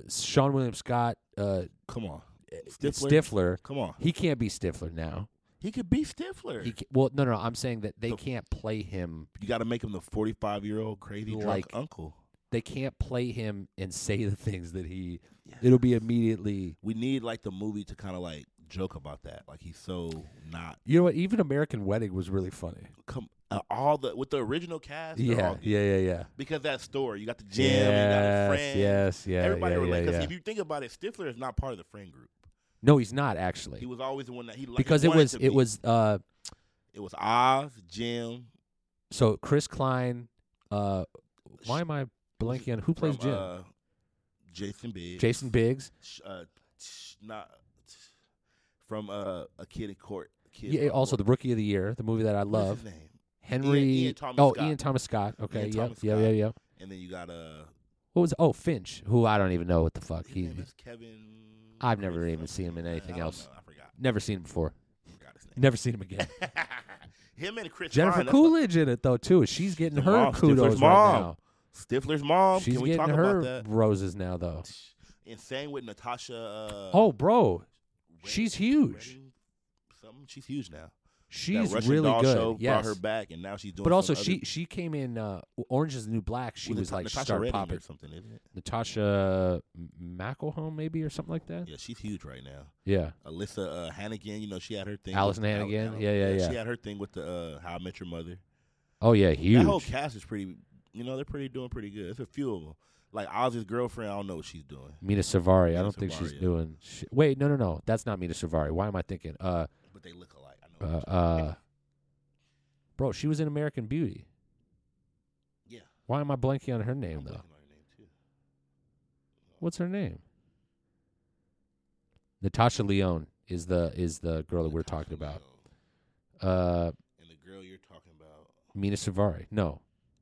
[SPEAKER 1] Sean William Scott, uh,
[SPEAKER 2] Come on,
[SPEAKER 1] Stifler.
[SPEAKER 2] Stifler? come on.
[SPEAKER 1] He can't be Stifler now.
[SPEAKER 2] He could be Stifler.
[SPEAKER 1] He ca well, no, no, I'm saying that they
[SPEAKER 2] The-
[SPEAKER 1] can't play him.
[SPEAKER 2] you got to make him the forty-five-year-old crazy drunk
[SPEAKER 1] Like-
[SPEAKER 2] uncle.
[SPEAKER 1] They can't play him and say the things that he.
[SPEAKER 2] Yeah.
[SPEAKER 1] It'll be immediately.
[SPEAKER 2] we need like the movie to kind of like joke about that. Like he's so not
[SPEAKER 1] You know what? Even American Wedding was really funny.
[SPEAKER 2] come uh, all the with the original cast. they're
[SPEAKER 1] Yeah,
[SPEAKER 2] all good.
[SPEAKER 1] yeah, yeah, yeah.
[SPEAKER 2] Because that story, you got the gym, you got his
[SPEAKER 1] yes,
[SPEAKER 2] friend,
[SPEAKER 1] yes, yeah,
[SPEAKER 2] everybody
[SPEAKER 1] yeah,
[SPEAKER 2] relates.
[SPEAKER 1] yeah, yeah.
[SPEAKER 2] if you think about it, Stifler is not part of the friend group.
[SPEAKER 1] No, he's not
[SPEAKER 2] He
[SPEAKER 1] actually
[SPEAKER 2] was always the one that he like,
[SPEAKER 1] because it
[SPEAKER 2] wanted
[SPEAKER 1] was
[SPEAKER 2] to
[SPEAKER 1] it
[SPEAKER 2] be.
[SPEAKER 1] was uh
[SPEAKER 2] it was Oz, Jim.
[SPEAKER 1] so Chris Klein. Uh, why
[SPEAKER 2] Sh-
[SPEAKER 1] am I blanking on who plays
[SPEAKER 2] from,
[SPEAKER 1] Jim?
[SPEAKER 2] Uh, Jason Biggs.
[SPEAKER 1] Jason Biggs.
[SPEAKER 2] Sh- Uh, sh- not from uh, a kid in court. Kid
[SPEAKER 1] Yeah,
[SPEAKER 2] on
[SPEAKER 1] also the
[SPEAKER 2] court.
[SPEAKER 1] rookie of the year, the movie that I
[SPEAKER 2] What's
[SPEAKER 1] love.
[SPEAKER 2] his name?
[SPEAKER 1] Henry.
[SPEAKER 2] Ian Thomas
[SPEAKER 1] oh,
[SPEAKER 2] Scott.
[SPEAKER 1] Ian Thomas Scott. Okay, yeah,
[SPEAKER 2] Thomas
[SPEAKER 1] yeah,
[SPEAKER 2] Scott.
[SPEAKER 1] yeah, yeah.
[SPEAKER 2] And then you got uh,
[SPEAKER 1] What was? Oh, Finch, who I don't even know what the fuck
[SPEAKER 2] His
[SPEAKER 1] he.
[SPEAKER 2] name is Kevin.
[SPEAKER 1] I've never
[SPEAKER 2] Chris
[SPEAKER 1] even seen him in
[SPEAKER 2] something.
[SPEAKER 1] anything
[SPEAKER 2] I don't
[SPEAKER 1] else.
[SPEAKER 2] know. I forgot.
[SPEAKER 1] Never seen him before.
[SPEAKER 2] I forgot his name.
[SPEAKER 1] Never seen him again.
[SPEAKER 2] him and Chris.
[SPEAKER 1] Jennifer
[SPEAKER 2] Klein, that's
[SPEAKER 1] Coolidge in it though too. She's getting
[SPEAKER 2] the
[SPEAKER 1] her
[SPEAKER 2] mom, Stifler's
[SPEAKER 1] kudos right
[SPEAKER 2] mom.
[SPEAKER 1] now.
[SPEAKER 2] the- Stifler's mom.
[SPEAKER 1] She's
[SPEAKER 2] Can we
[SPEAKER 1] getting
[SPEAKER 2] talk
[SPEAKER 1] her
[SPEAKER 2] about that?
[SPEAKER 1] roses now though.
[SPEAKER 2] And sang with Natasha. Uh,
[SPEAKER 1] oh, bro,
[SPEAKER 2] Red-
[SPEAKER 1] she's huge.
[SPEAKER 2] Redding? Something. She's huge now.
[SPEAKER 1] she's
[SPEAKER 2] that Russian
[SPEAKER 1] really
[SPEAKER 2] doll
[SPEAKER 1] good.
[SPEAKER 2] Show
[SPEAKER 1] yes.
[SPEAKER 2] brought her back, and now she's doing.
[SPEAKER 1] but
[SPEAKER 2] some
[SPEAKER 1] also,
[SPEAKER 2] other-
[SPEAKER 1] she she came in uh, Orange is the New Black. She
[SPEAKER 2] with
[SPEAKER 1] was
[SPEAKER 2] Nat-
[SPEAKER 1] like
[SPEAKER 2] Natasha
[SPEAKER 1] start
[SPEAKER 2] Redding
[SPEAKER 1] popping.
[SPEAKER 2] or something, isn't it?
[SPEAKER 1] Natasha McElhone maybe or something like that.
[SPEAKER 2] Yeah, she's huge right now.
[SPEAKER 1] Yeah.
[SPEAKER 2] Alyssa uh, Hannigan, you know, she had her thing.
[SPEAKER 1] Allison
[SPEAKER 2] with-
[SPEAKER 1] Hannigan? Yeah, yeah, yeah.
[SPEAKER 2] She had her thing with the uh, How I Met Your Mother.
[SPEAKER 1] Oh yeah, huge.
[SPEAKER 2] That whole cast is pretty. You know, they're pretty doing pretty good. There's a few of them. Like Ozzy's girlfriend, I don't know what she's doing.
[SPEAKER 1] Mina Savari. I
[SPEAKER 2] Mina
[SPEAKER 1] don't think she's
[SPEAKER 2] Savari, yeah.
[SPEAKER 1] doing. Sh- Wait, no, no, no. That's not Mina Savari. Why am I thinking? Uh,
[SPEAKER 2] But they look alike. I
[SPEAKER 1] uh,
[SPEAKER 2] know.
[SPEAKER 1] uh, bro, she was in American Beauty.
[SPEAKER 2] yeah.
[SPEAKER 1] Why am I blanking on her name
[SPEAKER 2] I'm
[SPEAKER 1] though?
[SPEAKER 2] blanking on her name, too.
[SPEAKER 1] What's her name? Natasha Leone is the is the girl that we're talking
[SPEAKER 2] Natasha
[SPEAKER 1] about.
[SPEAKER 2] Lyonne.
[SPEAKER 1] Uh,
[SPEAKER 2] And the girl you're talking about,
[SPEAKER 1] Mina Savari. No.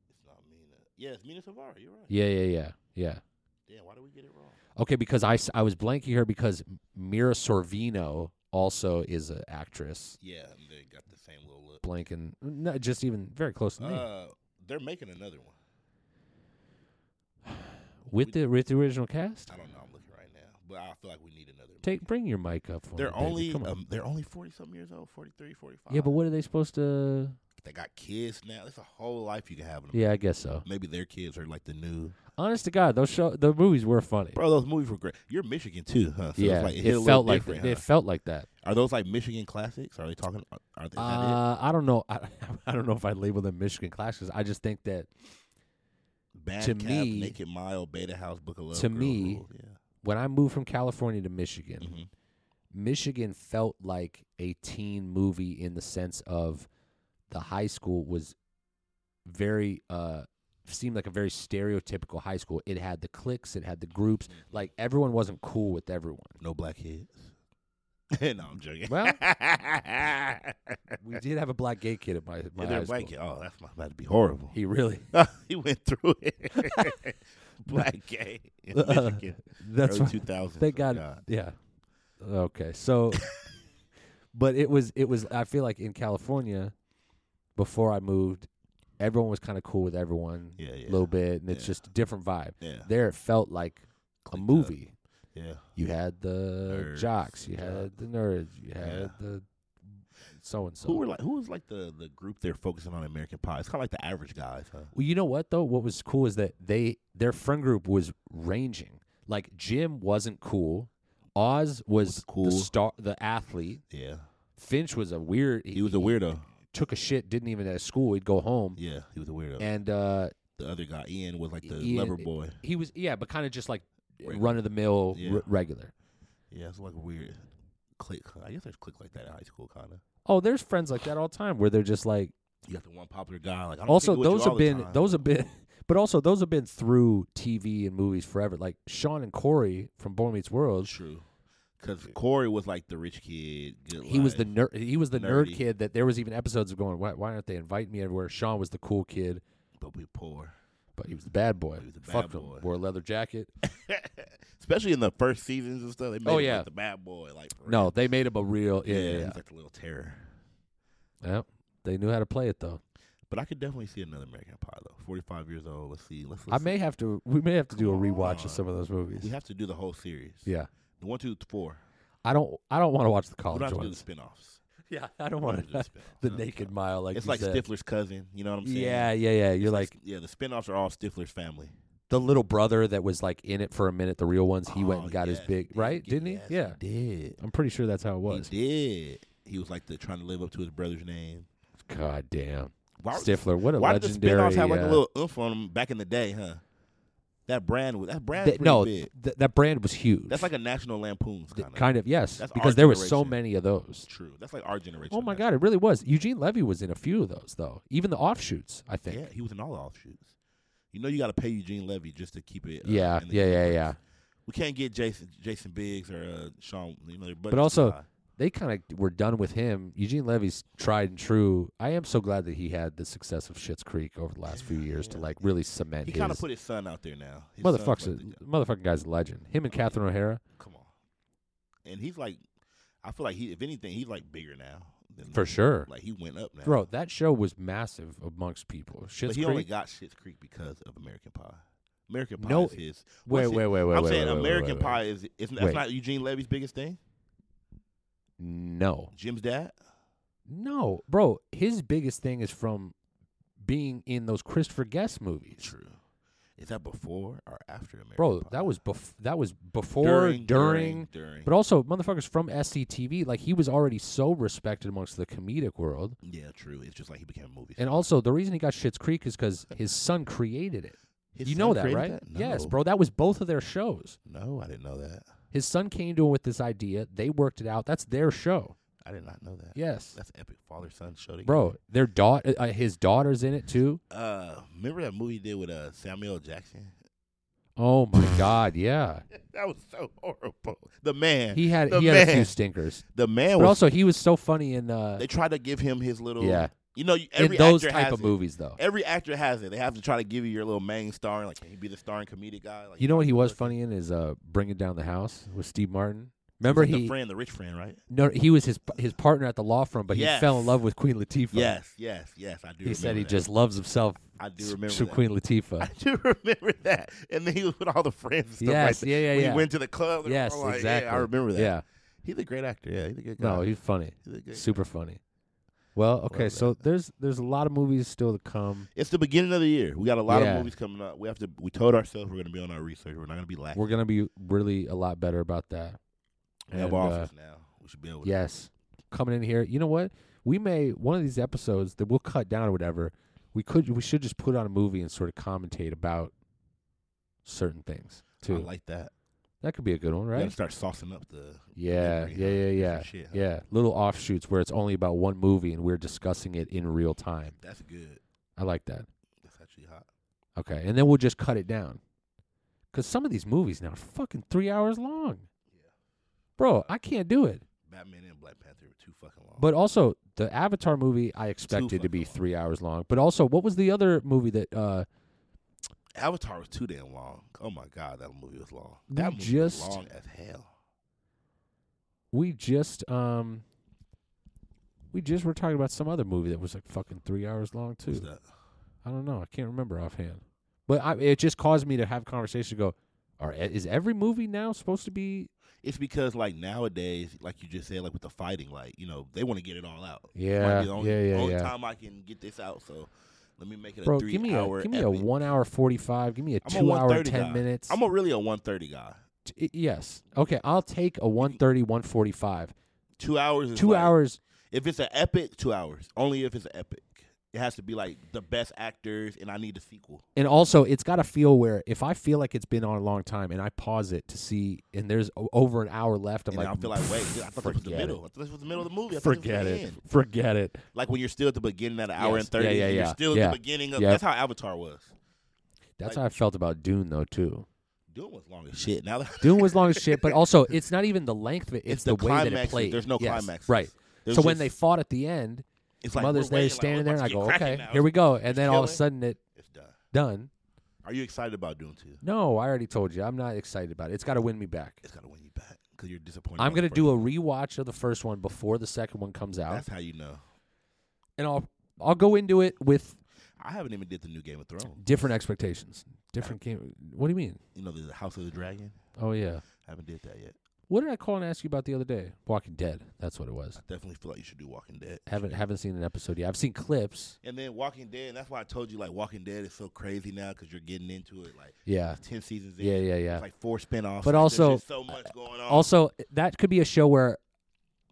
[SPEAKER 2] it's not Mina. Yeah, it's Mina Savari. You're right.
[SPEAKER 1] Yeah, yeah, yeah, yeah.
[SPEAKER 2] Damn, why did we get it wrong?
[SPEAKER 1] Okay, because I, s- I was blanking her because Mira Sorvino also is an actress.
[SPEAKER 2] Yeah, and they got the same little look.
[SPEAKER 1] Blanking, not just even very close to me.
[SPEAKER 2] Uh, they're making another one.
[SPEAKER 1] with
[SPEAKER 2] we-
[SPEAKER 1] the with the original cast.
[SPEAKER 2] I don't know. I'm looking right now, but I feel like we need another.
[SPEAKER 1] Take bring your mic up for me.
[SPEAKER 2] They're
[SPEAKER 1] baby.
[SPEAKER 2] only
[SPEAKER 1] Come on.
[SPEAKER 2] um, they're only 40 something years old, 43, 45.
[SPEAKER 1] yeah, but what are they supposed to?
[SPEAKER 2] that got kids now. It's a whole life you can have in them.
[SPEAKER 1] Yeah, I guess so.
[SPEAKER 2] Maybe their kids are like the new
[SPEAKER 1] Honest to God, those show the movies were funny.
[SPEAKER 2] bro. Those movies were great. You're Michigan too, huh? So
[SPEAKER 1] yeah,
[SPEAKER 2] it's like, it, hit a
[SPEAKER 1] it
[SPEAKER 2] little
[SPEAKER 1] felt like
[SPEAKER 2] different.
[SPEAKER 1] that. it
[SPEAKER 2] huh?
[SPEAKER 1] felt like that.
[SPEAKER 2] Are those like Michigan classics? Are they talking? Are they? Uh,
[SPEAKER 1] Uh, I don't know. I, I don't know if I'd label them Michigan classics. I just think that
[SPEAKER 2] Bad
[SPEAKER 1] to
[SPEAKER 2] Cab,
[SPEAKER 1] me-
[SPEAKER 2] Naked Mile, Beta House, Book of Love.
[SPEAKER 1] to
[SPEAKER 2] Girl
[SPEAKER 1] me,
[SPEAKER 2] Rules, yeah.
[SPEAKER 1] when I moved from California to Michigan,
[SPEAKER 2] hmm
[SPEAKER 1] Michigan felt like a teen movie in the sense of the high school was very uh seemed like a very stereotypical high school. It had the cliques, it had the groups.
[SPEAKER 2] Mm-hmm.
[SPEAKER 1] Like everyone wasn't cool with everyone.
[SPEAKER 2] no black kids. no, I'm joking.
[SPEAKER 1] Well-
[SPEAKER 2] yeah,
[SPEAKER 1] We did have a black gay kid at my my high school.
[SPEAKER 2] they're black kid. Oh, that's not- about to be horrible.
[SPEAKER 1] He really.
[SPEAKER 2] he went through it. black gay in Michigan.
[SPEAKER 1] That's
[SPEAKER 2] early
[SPEAKER 1] right.
[SPEAKER 2] 2000s.
[SPEAKER 1] Thank
[SPEAKER 2] Oh,
[SPEAKER 1] God. Yeah. Okay. So, but it was it was. I feel like in California, before I moved, everyone was kind of cool with everyone.
[SPEAKER 2] Yeah, yeah.
[SPEAKER 1] A little bit, and it's
[SPEAKER 2] Yeah.
[SPEAKER 1] just a different vibe.
[SPEAKER 2] Yeah.
[SPEAKER 1] There, it felt like a
[SPEAKER 2] Clicked up.
[SPEAKER 1] movie.
[SPEAKER 2] Yeah.
[SPEAKER 1] You had the
[SPEAKER 2] Nerds,
[SPEAKER 1] jocks, you
[SPEAKER 2] yeah.
[SPEAKER 1] had the nerds, you had the so and so.
[SPEAKER 2] Who were like? Who was like the the group they're focusing on in American Pie? It's kind of like the average guys, huh?
[SPEAKER 1] Well, you know what though? What was cool is that they their friend group was ranging. Like Jim wasn't cool. Oz was
[SPEAKER 2] cool.
[SPEAKER 1] the star, the athlete.
[SPEAKER 2] Yeah,
[SPEAKER 1] Finch was a weird.
[SPEAKER 2] he was a weirdo.
[SPEAKER 1] took a shit. Didn't even at school. He'd go home.
[SPEAKER 2] Yeah, he was a weirdo.
[SPEAKER 1] And uh,
[SPEAKER 2] the other guy, Ian, was like the
[SPEAKER 1] Ian-
[SPEAKER 2] lover boy.
[SPEAKER 1] he was yeah, but kind of just like
[SPEAKER 2] Regular.
[SPEAKER 1] run of the mill
[SPEAKER 2] Yeah.
[SPEAKER 1] r- regular.
[SPEAKER 2] Yeah, it's like a weird click. I guess there's click like that in high school, kind of.
[SPEAKER 1] Oh, there's friends like that all the time where they're just like.
[SPEAKER 2] You got the one popular guy. Like I don't
[SPEAKER 1] Also,
[SPEAKER 2] kick it with you
[SPEAKER 1] those have
[SPEAKER 2] all the
[SPEAKER 1] been
[SPEAKER 2] time.
[SPEAKER 1] those have been, but also those have been through TV and movies forever. Like Sean and Corey from Boy Meets World.
[SPEAKER 2] true. Because Corey was like the rich kid. Good
[SPEAKER 1] He was the
[SPEAKER 2] life.
[SPEAKER 1] nerd. He was the
[SPEAKER 2] Nerdy.
[SPEAKER 1] nerd kid that there was even episodes of going. Why, why aren't they inviting me everywhere? Sean was the cool kid,
[SPEAKER 2] but we poor.
[SPEAKER 1] but he was the bad boy.
[SPEAKER 2] He was the bad
[SPEAKER 1] Fuck
[SPEAKER 2] boy.
[SPEAKER 1] him. Wore a leather jacket.
[SPEAKER 2] Especially in the first seasons and stuff. They made
[SPEAKER 1] Oh,
[SPEAKER 2] him
[SPEAKER 1] yeah.
[SPEAKER 2] like the bad boy. Like for
[SPEAKER 1] No,
[SPEAKER 2] real.
[SPEAKER 1] they made him a real. Yeah, yeah,
[SPEAKER 2] he
[SPEAKER 1] yeah.
[SPEAKER 2] was like the little terror.
[SPEAKER 1] Yep. They knew how to play it though.
[SPEAKER 2] But I could definitely see another American Pie though. Forty five years old. Let's see. Let's.
[SPEAKER 1] I
[SPEAKER 2] let's
[SPEAKER 1] may have to. We may have to do a
[SPEAKER 2] Come
[SPEAKER 1] rewatch
[SPEAKER 2] on.
[SPEAKER 1] of some of those movies.
[SPEAKER 2] We have to do the whole series.
[SPEAKER 1] Yeah.
[SPEAKER 2] The one, two, four.
[SPEAKER 1] I don't. I don't want to watch the
[SPEAKER 2] We don't
[SPEAKER 1] college
[SPEAKER 2] have to do the
[SPEAKER 1] ones.
[SPEAKER 2] spin-offs.
[SPEAKER 1] Yeah, I don't
[SPEAKER 2] We don't
[SPEAKER 1] want
[SPEAKER 2] have to do
[SPEAKER 1] to.
[SPEAKER 2] the spinoffs.
[SPEAKER 1] The
[SPEAKER 2] No,
[SPEAKER 1] naked
[SPEAKER 2] no.
[SPEAKER 1] mile, like
[SPEAKER 2] it's
[SPEAKER 1] you
[SPEAKER 2] like
[SPEAKER 1] said.
[SPEAKER 2] Stifler's cousin. You know what I'm saying?
[SPEAKER 1] Yeah, yeah, yeah. You're like
[SPEAKER 2] yeah. The spin-offs are all Stifler's family.
[SPEAKER 1] the little brother that was like in it for a minute. The real ones. He went
[SPEAKER 2] Oh,
[SPEAKER 1] and got
[SPEAKER 2] yes,
[SPEAKER 1] his big
[SPEAKER 2] did.
[SPEAKER 1] right, didn't he?
[SPEAKER 2] Yes,
[SPEAKER 1] Yeah.
[SPEAKER 2] he did.
[SPEAKER 1] I'm pretty sure that's how it was.
[SPEAKER 2] He did. He was like the trying to live up to his brother's name.
[SPEAKER 1] God damn.
[SPEAKER 2] Why,
[SPEAKER 1] Stifler, what a
[SPEAKER 2] why did the
[SPEAKER 1] legendary.
[SPEAKER 2] spinoffs have like a
[SPEAKER 1] uh,
[SPEAKER 2] little oomph on them back in the day, huh? That brand was that brand
[SPEAKER 1] th-
[SPEAKER 2] pretty
[SPEAKER 1] no,
[SPEAKER 2] big.
[SPEAKER 1] th- that brand was huge.
[SPEAKER 2] That's like a National Lampoon's
[SPEAKER 1] Th-
[SPEAKER 2] kind of.
[SPEAKER 1] kind of yes,
[SPEAKER 2] That's our
[SPEAKER 1] because there were so
[SPEAKER 2] generation.
[SPEAKER 1] many of those.
[SPEAKER 2] true. That's like our generation.
[SPEAKER 1] Oh my
[SPEAKER 2] That's-
[SPEAKER 1] god, it really was. Eugene Levy was in a few of those though, even the offshoots. I think.
[SPEAKER 2] Yeah, uh, he was in all the offshoots. You know, you got to pay Eugene Levy just to keep it. Uh,
[SPEAKER 1] Yeah,
[SPEAKER 2] in the
[SPEAKER 1] yeah, yeah,
[SPEAKER 2] universe.
[SPEAKER 1] yeah.
[SPEAKER 2] We can't get Jason Jason Biggs or uh, Sean. You know, their budget's
[SPEAKER 1] But
[SPEAKER 2] too
[SPEAKER 1] also-
[SPEAKER 2] high.
[SPEAKER 1] They kind of were done with him. Eugene Levy's tried and true. I am so glad that he had the success of Schitt's Creek over the last few years to like really cement
[SPEAKER 2] he
[SPEAKER 1] his
[SPEAKER 2] kind of put his son out there now. His son's
[SPEAKER 1] motherfucker's
[SPEAKER 2] like the
[SPEAKER 1] a, motherfucking guy's a legend. Him and Catherine O'Hara
[SPEAKER 2] guy. Come on, and he's like, I feel like he, if anything, he's like bigger now. Than,
[SPEAKER 1] for sure.
[SPEAKER 2] like he went up now.
[SPEAKER 1] Bro, that show was massive amongst people.
[SPEAKER 2] but
[SPEAKER 1] Schitt's
[SPEAKER 2] he
[SPEAKER 1] Creek.
[SPEAKER 2] only got Shit's Creek because of American Pie. American Pie
[SPEAKER 1] No,
[SPEAKER 2] is his.
[SPEAKER 1] wait,
[SPEAKER 2] What's it-
[SPEAKER 1] wait, wait, wait.
[SPEAKER 2] I'm
[SPEAKER 1] wait, wait,
[SPEAKER 2] saying
[SPEAKER 1] wait, wait,
[SPEAKER 2] American
[SPEAKER 1] wait.
[SPEAKER 2] Pie is it's that's
[SPEAKER 1] Wait.
[SPEAKER 2] not Eugene Levy's biggest thing.
[SPEAKER 1] No,
[SPEAKER 2] Jim's dad.
[SPEAKER 1] no, bro. His biggest thing is from being in those Christopher Guest movies.
[SPEAKER 2] True. Is that before or after American
[SPEAKER 1] Bro,
[SPEAKER 2] Pie?
[SPEAKER 1] that was bef- that was before, during,
[SPEAKER 2] during.
[SPEAKER 1] but also motherfuckers from SCTV. Like he was already so respected amongst the comedic world,
[SPEAKER 2] yeah, true. It's just like he became a movie.
[SPEAKER 1] and
[SPEAKER 2] star.
[SPEAKER 1] also the reason he got Schitt's Creek is because his son created it.
[SPEAKER 2] His
[SPEAKER 1] you
[SPEAKER 2] son
[SPEAKER 1] know that,
[SPEAKER 2] created
[SPEAKER 1] right?
[SPEAKER 2] No.
[SPEAKER 1] Yes, bro. That was both of their shows.
[SPEAKER 2] No, I didn't know that.
[SPEAKER 1] His son came to him with this idea. They worked it out. That's their show.
[SPEAKER 2] I did not know that.
[SPEAKER 1] Yes,
[SPEAKER 2] That's epic father son show. together.
[SPEAKER 1] bro. Their daughter, uh, his daughter's in it too.
[SPEAKER 2] Uh, remember that movie he did with uh Samuel L. Jackson?
[SPEAKER 1] Oh my God, yeah.
[SPEAKER 2] that was so horrible. The man.
[SPEAKER 1] He had
[SPEAKER 2] the
[SPEAKER 1] he
[SPEAKER 2] man.
[SPEAKER 1] had a few stinkers,
[SPEAKER 2] the man
[SPEAKER 1] but
[SPEAKER 2] was.
[SPEAKER 1] also he was so funny in uh,
[SPEAKER 2] they tried to give him his little.
[SPEAKER 1] Yeah.
[SPEAKER 2] You know, you-
[SPEAKER 1] in
[SPEAKER 2] every
[SPEAKER 1] those
[SPEAKER 2] actor
[SPEAKER 1] type
[SPEAKER 2] has
[SPEAKER 1] of
[SPEAKER 2] it.
[SPEAKER 1] movies though.
[SPEAKER 2] Every actor has it. They have to try to give you your little main star. Like, can he be the starring comedic guy? Like,
[SPEAKER 1] You know what he was
[SPEAKER 2] look-
[SPEAKER 1] funny in is uh, bringing down the house with Steve Martin. Remember
[SPEAKER 2] He's the
[SPEAKER 1] he
[SPEAKER 2] friend, the rich friend, right?
[SPEAKER 1] no he was his his partner at the law firm, but
[SPEAKER 2] Yes.
[SPEAKER 1] he fell in love with Queen Latifah.
[SPEAKER 2] Yes, yes, yes. I do.
[SPEAKER 1] he said
[SPEAKER 2] remember
[SPEAKER 1] he
[SPEAKER 2] that.
[SPEAKER 1] just loves himself.
[SPEAKER 2] I do
[SPEAKER 1] s-
[SPEAKER 2] remember
[SPEAKER 1] to
[SPEAKER 2] that.
[SPEAKER 1] Queen
[SPEAKER 2] I
[SPEAKER 1] Latifah.
[SPEAKER 2] do remember that. And then he was with all the friends. And stuff
[SPEAKER 1] Yes,
[SPEAKER 2] like that.
[SPEAKER 1] yeah, yeah,
[SPEAKER 2] When
[SPEAKER 1] yeah.
[SPEAKER 2] He went to the club. they were
[SPEAKER 1] yes,
[SPEAKER 2] all like,
[SPEAKER 1] exactly.
[SPEAKER 2] Yeah, I remember that.
[SPEAKER 1] Yeah,
[SPEAKER 2] he's a great actor. Yeah, he's a good guy.
[SPEAKER 1] no, he's funny,
[SPEAKER 2] he's a good.
[SPEAKER 1] super funny. Well, okay,
[SPEAKER 2] Well,
[SPEAKER 1] so there's there's a lot of movies still to come.
[SPEAKER 2] It's the beginning of the year. We got a lot
[SPEAKER 1] Yeah.
[SPEAKER 2] of movies coming up. We have to. We told ourselves we're going to be on our research. We're not going to be lacking.
[SPEAKER 1] We're gonna be really a lot better about that.
[SPEAKER 2] we have
[SPEAKER 1] and, uh,
[SPEAKER 2] offers now. We should be able. to.
[SPEAKER 1] Yes, coming in here. You know what? We may one of these episodes that we'll cut down or whatever. We could we should just put on a movie and sort of commentate about certain things
[SPEAKER 2] I
[SPEAKER 1] too.
[SPEAKER 2] like that.
[SPEAKER 1] that could be a good one,
[SPEAKER 2] We
[SPEAKER 1] right?
[SPEAKER 2] got to start saucing up the.
[SPEAKER 1] Yeah, yeah,
[SPEAKER 2] memory, huh?
[SPEAKER 1] yeah,
[SPEAKER 2] Different
[SPEAKER 1] yeah,
[SPEAKER 2] shit, huh?
[SPEAKER 1] yeah. Little offshoots where it's only about one movie and we're discussing it in real time.
[SPEAKER 2] That's good.
[SPEAKER 1] I like that.
[SPEAKER 2] That's actually hot.
[SPEAKER 1] Okay, and then we'll just cut it down. Cause some of these movies now are fucking three hours long.
[SPEAKER 2] Yeah.
[SPEAKER 1] Bro, I can't do it.
[SPEAKER 2] Batman and Black Panther were too fucking long.
[SPEAKER 1] But also, the Avatar movie I expected to
[SPEAKER 2] fucking
[SPEAKER 1] be
[SPEAKER 2] long.
[SPEAKER 1] three hours long. But also, what was the other movie that uh,
[SPEAKER 2] Avatar was too damn long. Oh my god, that movie was long.
[SPEAKER 1] We
[SPEAKER 2] That movie
[SPEAKER 1] just-
[SPEAKER 2] was long as hell.
[SPEAKER 1] we just um, we just were talking about? Some other movie that was like fucking three hours long
[SPEAKER 2] What's
[SPEAKER 1] too.
[SPEAKER 2] that?
[SPEAKER 1] I don't know. I can't remember offhand. But I, it just caused me to have conversation. Go, all right, is every movie now supposed to be?
[SPEAKER 2] It's because like nowadays, like you just said, like with the fighting, like you know they want to get it all out. Might
[SPEAKER 1] Yeah,
[SPEAKER 2] be the only,
[SPEAKER 1] yeah, yeah,
[SPEAKER 2] only
[SPEAKER 1] yeah.
[SPEAKER 2] time I can get this out, so let me make it a
[SPEAKER 1] Bro,
[SPEAKER 2] three
[SPEAKER 1] give me
[SPEAKER 2] hour.
[SPEAKER 1] a give me a
[SPEAKER 2] epic.
[SPEAKER 1] one hour forty five. Give me a
[SPEAKER 2] I'm a
[SPEAKER 1] two hour
[SPEAKER 2] 130
[SPEAKER 1] ten
[SPEAKER 2] guy.
[SPEAKER 1] minutes.
[SPEAKER 2] I'm a really a one thirty guy.
[SPEAKER 1] T- i- yes. Okay, I'll take a 130, 145.
[SPEAKER 2] Two hours. Is
[SPEAKER 1] Two
[SPEAKER 2] like-
[SPEAKER 1] hours.
[SPEAKER 2] If it's an epic, two hours. Only if it's an epic. It has to be like the best actors, and I need the sequel.
[SPEAKER 1] And also, it's got to feel where if I feel like it's been on a long time and I pause it to see, and there's o- over an hour left, I'm
[SPEAKER 2] and
[SPEAKER 1] like,
[SPEAKER 2] I feel like, wait, I thought this was the
[SPEAKER 1] forget
[SPEAKER 2] middle. I thought this was the middle of the movie. I
[SPEAKER 1] it.
[SPEAKER 2] thought this was
[SPEAKER 1] Forget
[SPEAKER 2] the
[SPEAKER 1] it.
[SPEAKER 2] end.
[SPEAKER 1] Forget it.
[SPEAKER 2] Like when you're still at the beginning of the hour
[SPEAKER 1] Yes.
[SPEAKER 2] and 30,
[SPEAKER 1] Yeah, yeah,
[SPEAKER 2] and
[SPEAKER 1] yeah.
[SPEAKER 2] you're still
[SPEAKER 1] Yeah.
[SPEAKER 2] at the beginning of
[SPEAKER 1] Yep.
[SPEAKER 2] That's how Avatar was.
[SPEAKER 1] That's
[SPEAKER 2] Like-
[SPEAKER 1] how I felt about Dune, though, too.
[SPEAKER 2] Doom was long as shit. Now that
[SPEAKER 1] Dune was long as shit, but also, it's not even the length of it, it's,
[SPEAKER 2] the,
[SPEAKER 1] way
[SPEAKER 2] climax.
[SPEAKER 1] that it played.
[SPEAKER 2] There's no
[SPEAKER 1] Yes,
[SPEAKER 2] climax.
[SPEAKER 1] Right.
[SPEAKER 2] There's
[SPEAKER 1] so when
[SPEAKER 2] just-
[SPEAKER 1] they fought at the end,
[SPEAKER 2] it's like,
[SPEAKER 1] Mother's
[SPEAKER 2] we're
[SPEAKER 1] Day
[SPEAKER 2] waiting,
[SPEAKER 1] is standing there,
[SPEAKER 2] like,
[SPEAKER 1] and I
[SPEAKER 2] we're
[SPEAKER 1] go,
[SPEAKER 2] about to get cracking
[SPEAKER 1] okay,
[SPEAKER 2] now.
[SPEAKER 1] here we go. And then all of a
[SPEAKER 2] killing.
[SPEAKER 1] sudden, it
[SPEAKER 2] It's done.
[SPEAKER 1] done.
[SPEAKER 2] Are you excited about Doom 2?
[SPEAKER 1] No, I already told you. I'm not excited about it. It's got to win me back.
[SPEAKER 2] It's got to win you back because you're disappointed.
[SPEAKER 1] I'm
[SPEAKER 2] going
[SPEAKER 1] gonna
[SPEAKER 2] to
[SPEAKER 1] do a rewatch of the first one before the second one comes out,
[SPEAKER 2] That's how you know.
[SPEAKER 1] and I'll I'll go into it with
[SPEAKER 2] I haven't even did the new Game of Thrones.
[SPEAKER 1] different expectations, different game. What do you mean?
[SPEAKER 2] You know, the House of the Dragon.
[SPEAKER 1] Oh yeah,
[SPEAKER 2] I haven't did that yet.
[SPEAKER 1] what did I call and ask you about the other day? Walking Dead. That's what it was.
[SPEAKER 2] I definitely feel like you should do Walking Dead.
[SPEAKER 1] Haven't haven't seen an episode yet. I've seen clips.
[SPEAKER 2] And then Walking Dead, and that's why I told you like Walking Dead is so crazy now because you're getting into it like
[SPEAKER 1] Yeah,
[SPEAKER 2] ten seasons in.
[SPEAKER 1] yeah, yeah,
[SPEAKER 2] It's
[SPEAKER 1] yeah.
[SPEAKER 2] like four spinoffs.
[SPEAKER 1] But
[SPEAKER 2] like, there's
[SPEAKER 1] also-
[SPEAKER 2] just so much going on.
[SPEAKER 1] Also, that could be a show where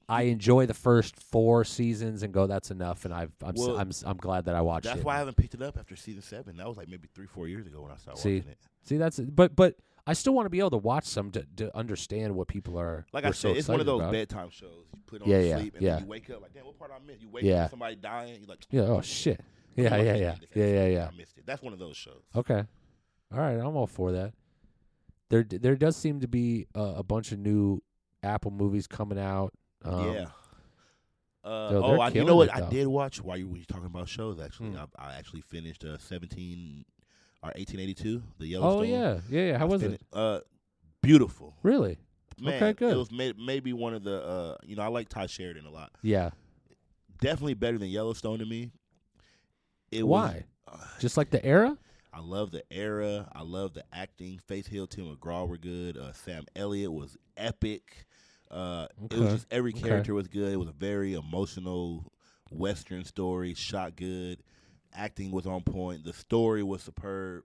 [SPEAKER 1] I enjoy the first four seasons and go, "That's enough," and I've, I'm s-
[SPEAKER 2] Well,
[SPEAKER 1] I'm s- I'm glad that I watched
[SPEAKER 2] That's
[SPEAKER 1] it.
[SPEAKER 2] why I haven't picked it up after season seven. That was like maybe three, four years ago when I started
[SPEAKER 1] See,
[SPEAKER 2] watching it.
[SPEAKER 1] See, that's but but I still want to be able to watch some to, to understand what people are.
[SPEAKER 2] Like
[SPEAKER 1] were
[SPEAKER 2] I
[SPEAKER 1] so
[SPEAKER 2] said, it's one
[SPEAKER 1] excited
[SPEAKER 2] of those
[SPEAKER 1] about.
[SPEAKER 2] bedtime shows. You put on
[SPEAKER 1] Yeah,
[SPEAKER 2] to
[SPEAKER 1] yeah,
[SPEAKER 2] sleep and
[SPEAKER 1] yeah.
[SPEAKER 2] then you wake up like, damn, what part I missed? You wake
[SPEAKER 1] Yeah.
[SPEAKER 2] up, somebody dying, you're like,
[SPEAKER 1] Yeah. Oh shit. Yeah.
[SPEAKER 2] "Come on,
[SPEAKER 1] Yeah.
[SPEAKER 2] I
[SPEAKER 1] Yeah.
[SPEAKER 2] missed it.
[SPEAKER 1] Yeah. Yeah. Yeah.
[SPEAKER 2] I missed it. That's one of those shows.
[SPEAKER 1] Okay. All right. I'm all for that. There, d- there does seem to be uh, a bunch of new Apple movies coming out. Um,
[SPEAKER 2] yeah.
[SPEAKER 1] yo,
[SPEAKER 2] Uh,
[SPEAKER 1] they're
[SPEAKER 2] oh, I, you
[SPEAKER 1] killing
[SPEAKER 2] know what?
[SPEAKER 1] it,
[SPEAKER 2] I
[SPEAKER 1] though.
[SPEAKER 2] did watch while you were talking about shows. Actually,
[SPEAKER 1] Hmm.
[SPEAKER 2] I, I actually finished uh, seventeen or eighteen eighty two. The Yellowstone.
[SPEAKER 1] Oh yeah. Yeah. Yeah. How
[SPEAKER 2] I
[SPEAKER 1] was
[SPEAKER 2] fin-
[SPEAKER 1] it?
[SPEAKER 2] Uh, beautiful.
[SPEAKER 1] Really?
[SPEAKER 2] Man,
[SPEAKER 1] Okay, good.
[SPEAKER 2] It was may- maybe one of the. Uh, you know, I like Ty Sheridan a lot.
[SPEAKER 1] Yeah.
[SPEAKER 2] Definitely better than Yellowstone to me. It
[SPEAKER 1] Why?
[SPEAKER 2] Was, uh,
[SPEAKER 1] Just like the era?
[SPEAKER 2] I love the era. I love the acting. Faith Hill, Tim McGraw were good. Uh, Sam Elliott was epic. Uh, It was
[SPEAKER 1] Okay,
[SPEAKER 2] just every
[SPEAKER 1] okay.
[SPEAKER 2] character was good. It was a very emotional Western story. Shot good. Acting was on point. The story was superb.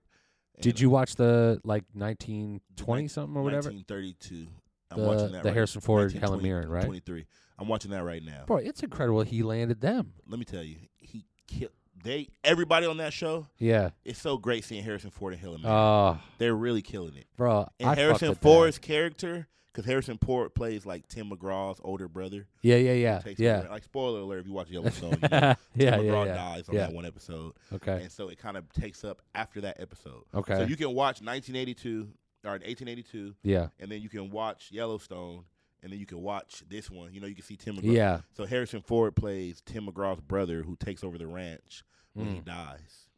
[SPEAKER 2] And
[SPEAKER 1] Did you watch the like 1920 something or whatever?
[SPEAKER 2] 1932. I'm
[SPEAKER 1] The,
[SPEAKER 2] watching that
[SPEAKER 1] the
[SPEAKER 2] right
[SPEAKER 1] Harrison Ford, Helen
[SPEAKER 2] 1920
[SPEAKER 1] Mirren, right?
[SPEAKER 2] 23. I'm watching that right now.
[SPEAKER 1] Bro, it's incredible he landed them.
[SPEAKER 2] Let me tell you, he killed. They everybody on that show.
[SPEAKER 1] Yeah.
[SPEAKER 2] It's so great seeing Harrison Ford and Helen Mirren.
[SPEAKER 1] Oh,
[SPEAKER 2] They're really killing it.
[SPEAKER 1] bro.
[SPEAKER 2] And
[SPEAKER 1] I fuck
[SPEAKER 2] Harrison
[SPEAKER 1] with that.
[SPEAKER 2] Ford's character, because Harrison Ford plays like Tim McGraw's older brother.
[SPEAKER 1] Yeah. Yeah. Yeah.
[SPEAKER 2] Takes
[SPEAKER 1] Uh, Yeah.
[SPEAKER 2] over. Like spoiler alert, if you watch Yellowstone, you know,
[SPEAKER 1] yeah. Yeah.
[SPEAKER 2] Tim McGraw
[SPEAKER 1] Yeah.
[SPEAKER 2] dies on
[SPEAKER 1] Yeah.
[SPEAKER 2] that one episode,
[SPEAKER 1] Okay.
[SPEAKER 2] and so it kind of takes up after that episode. So
[SPEAKER 1] Okay.
[SPEAKER 2] you can watch 1982 or 1882,
[SPEAKER 1] Yeah.
[SPEAKER 2] and then you can watch Yellowstone, and then you can watch this one. You know, you can see Tim McGraw.
[SPEAKER 1] Yeah.
[SPEAKER 2] So Harrison Ford plays Tim McGraw's brother who takes over the ranch when he
[SPEAKER 1] Mm.
[SPEAKER 2] dies.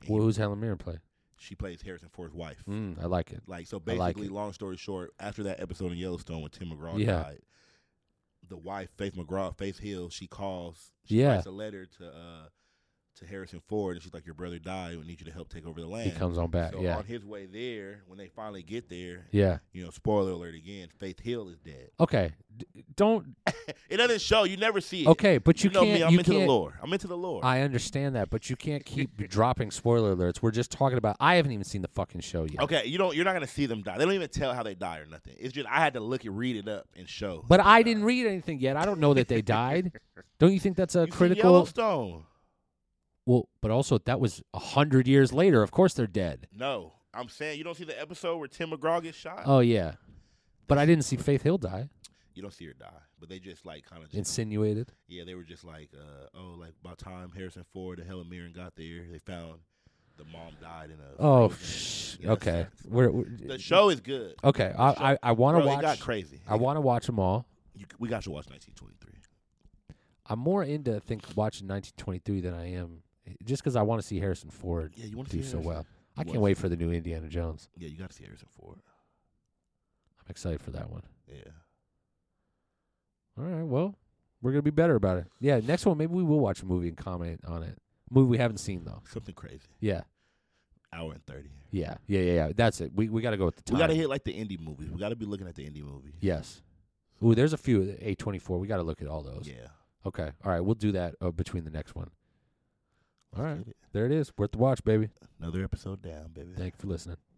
[SPEAKER 2] And he-
[SPEAKER 1] Well, who's Helen Mirren play?
[SPEAKER 2] she plays Harrison Ford's wife.
[SPEAKER 1] Mm, I like it.
[SPEAKER 2] Like so,
[SPEAKER 1] I like
[SPEAKER 2] basically,
[SPEAKER 1] it.
[SPEAKER 2] long story short, after that episode in Yellowstone when Tim McGraw
[SPEAKER 1] Yeah.
[SPEAKER 2] died, the wife Faith McGraw, Faith Hill, she calls, she
[SPEAKER 1] Yeah.
[SPEAKER 2] writes a letter to uh, to Harrison Ford, and she's like, "Your brother died. We need you to help take over the land."
[SPEAKER 1] He comes on back.
[SPEAKER 2] so
[SPEAKER 1] yeah.
[SPEAKER 2] on his way there, when they finally get there,
[SPEAKER 1] yeah.
[SPEAKER 2] you know, spoiler alert again, Faith Hill is dead.
[SPEAKER 1] Okay. D- don't.
[SPEAKER 2] It doesn't show. You never see it.
[SPEAKER 1] Okay, but you,
[SPEAKER 2] you know
[SPEAKER 1] can't.
[SPEAKER 2] me. I'm
[SPEAKER 1] you
[SPEAKER 2] into
[SPEAKER 1] can't,
[SPEAKER 2] the lore. I'm into the lore.
[SPEAKER 1] I understand that, but you can't keep dropping spoiler alerts. We're just talking about. I haven't even seen the fucking show yet.
[SPEAKER 2] Okay, you don't. You're not gonna see them die. They don't even tell how they die or nothing. It's just I had to look it, read it up, and show.
[SPEAKER 1] But
[SPEAKER 2] that
[SPEAKER 1] I
[SPEAKER 2] they
[SPEAKER 1] didn't
[SPEAKER 2] died.
[SPEAKER 1] read anything yet. I don't know that they died. Don't you think that's a
[SPEAKER 2] You see
[SPEAKER 1] critical?
[SPEAKER 2] Yellowstone.
[SPEAKER 1] Well, but also that was a hundred years later. Of course they're dead.
[SPEAKER 2] No, I'm saying you don't see the episode where Tim McGraw gets shot.
[SPEAKER 1] Oh yeah, but I didn't see Faith Hill die.
[SPEAKER 2] you don't see her die, but they just like kind of just
[SPEAKER 1] Insinuated.
[SPEAKER 2] yeah, they were just like uh, oh, like by the time Harrison Ford and Helen Mirren got there, they found the mom died in a.
[SPEAKER 1] Oh,
[SPEAKER 2] freezing-
[SPEAKER 1] sh-
[SPEAKER 2] Yeah, that's
[SPEAKER 1] okay.
[SPEAKER 2] facts.
[SPEAKER 1] We're, we
[SPEAKER 2] the show is good.
[SPEAKER 1] Okay, I I, I want to
[SPEAKER 2] Bro, It
[SPEAKER 1] watch.
[SPEAKER 2] got crazy.
[SPEAKER 1] I want to watch them all.
[SPEAKER 2] You, we got to watch 1923.
[SPEAKER 1] I'm more into I think watching 1923 than I am just because I want to see Harrison Ford
[SPEAKER 2] Yeah, you want to
[SPEAKER 1] do
[SPEAKER 2] see
[SPEAKER 1] so
[SPEAKER 2] Harrison-
[SPEAKER 1] well. I
[SPEAKER 2] You
[SPEAKER 1] can't
[SPEAKER 2] wanna
[SPEAKER 1] wait for the new Indiana Jones.
[SPEAKER 2] Yeah, you got to see Harrison Ford.
[SPEAKER 1] I'm excited for that one.
[SPEAKER 2] Yeah.
[SPEAKER 1] All right, well, we're gonna be better about it. Yeah, next one maybe we will watch a movie and comment on it. Movie we haven't seen though.
[SPEAKER 2] Something crazy.
[SPEAKER 1] Yeah,
[SPEAKER 2] Hour and 30.
[SPEAKER 1] yeah, yeah, yeah. yeah. That's it. We we got to go with the time.
[SPEAKER 2] We got to hit like the indie movies. We got to be looking at the indie movies.
[SPEAKER 1] Yes. Ooh, there's a few. A twenty four. We got to look at all those.
[SPEAKER 2] Yeah.
[SPEAKER 1] Okay. All right, we'll do that uh, between the next one. All
[SPEAKER 2] Let's
[SPEAKER 1] right,
[SPEAKER 2] get it.
[SPEAKER 1] there it is. Worth the watch, baby.
[SPEAKER 2] Another episode down, baby.
[SPEAKER 1] Thank you for listening.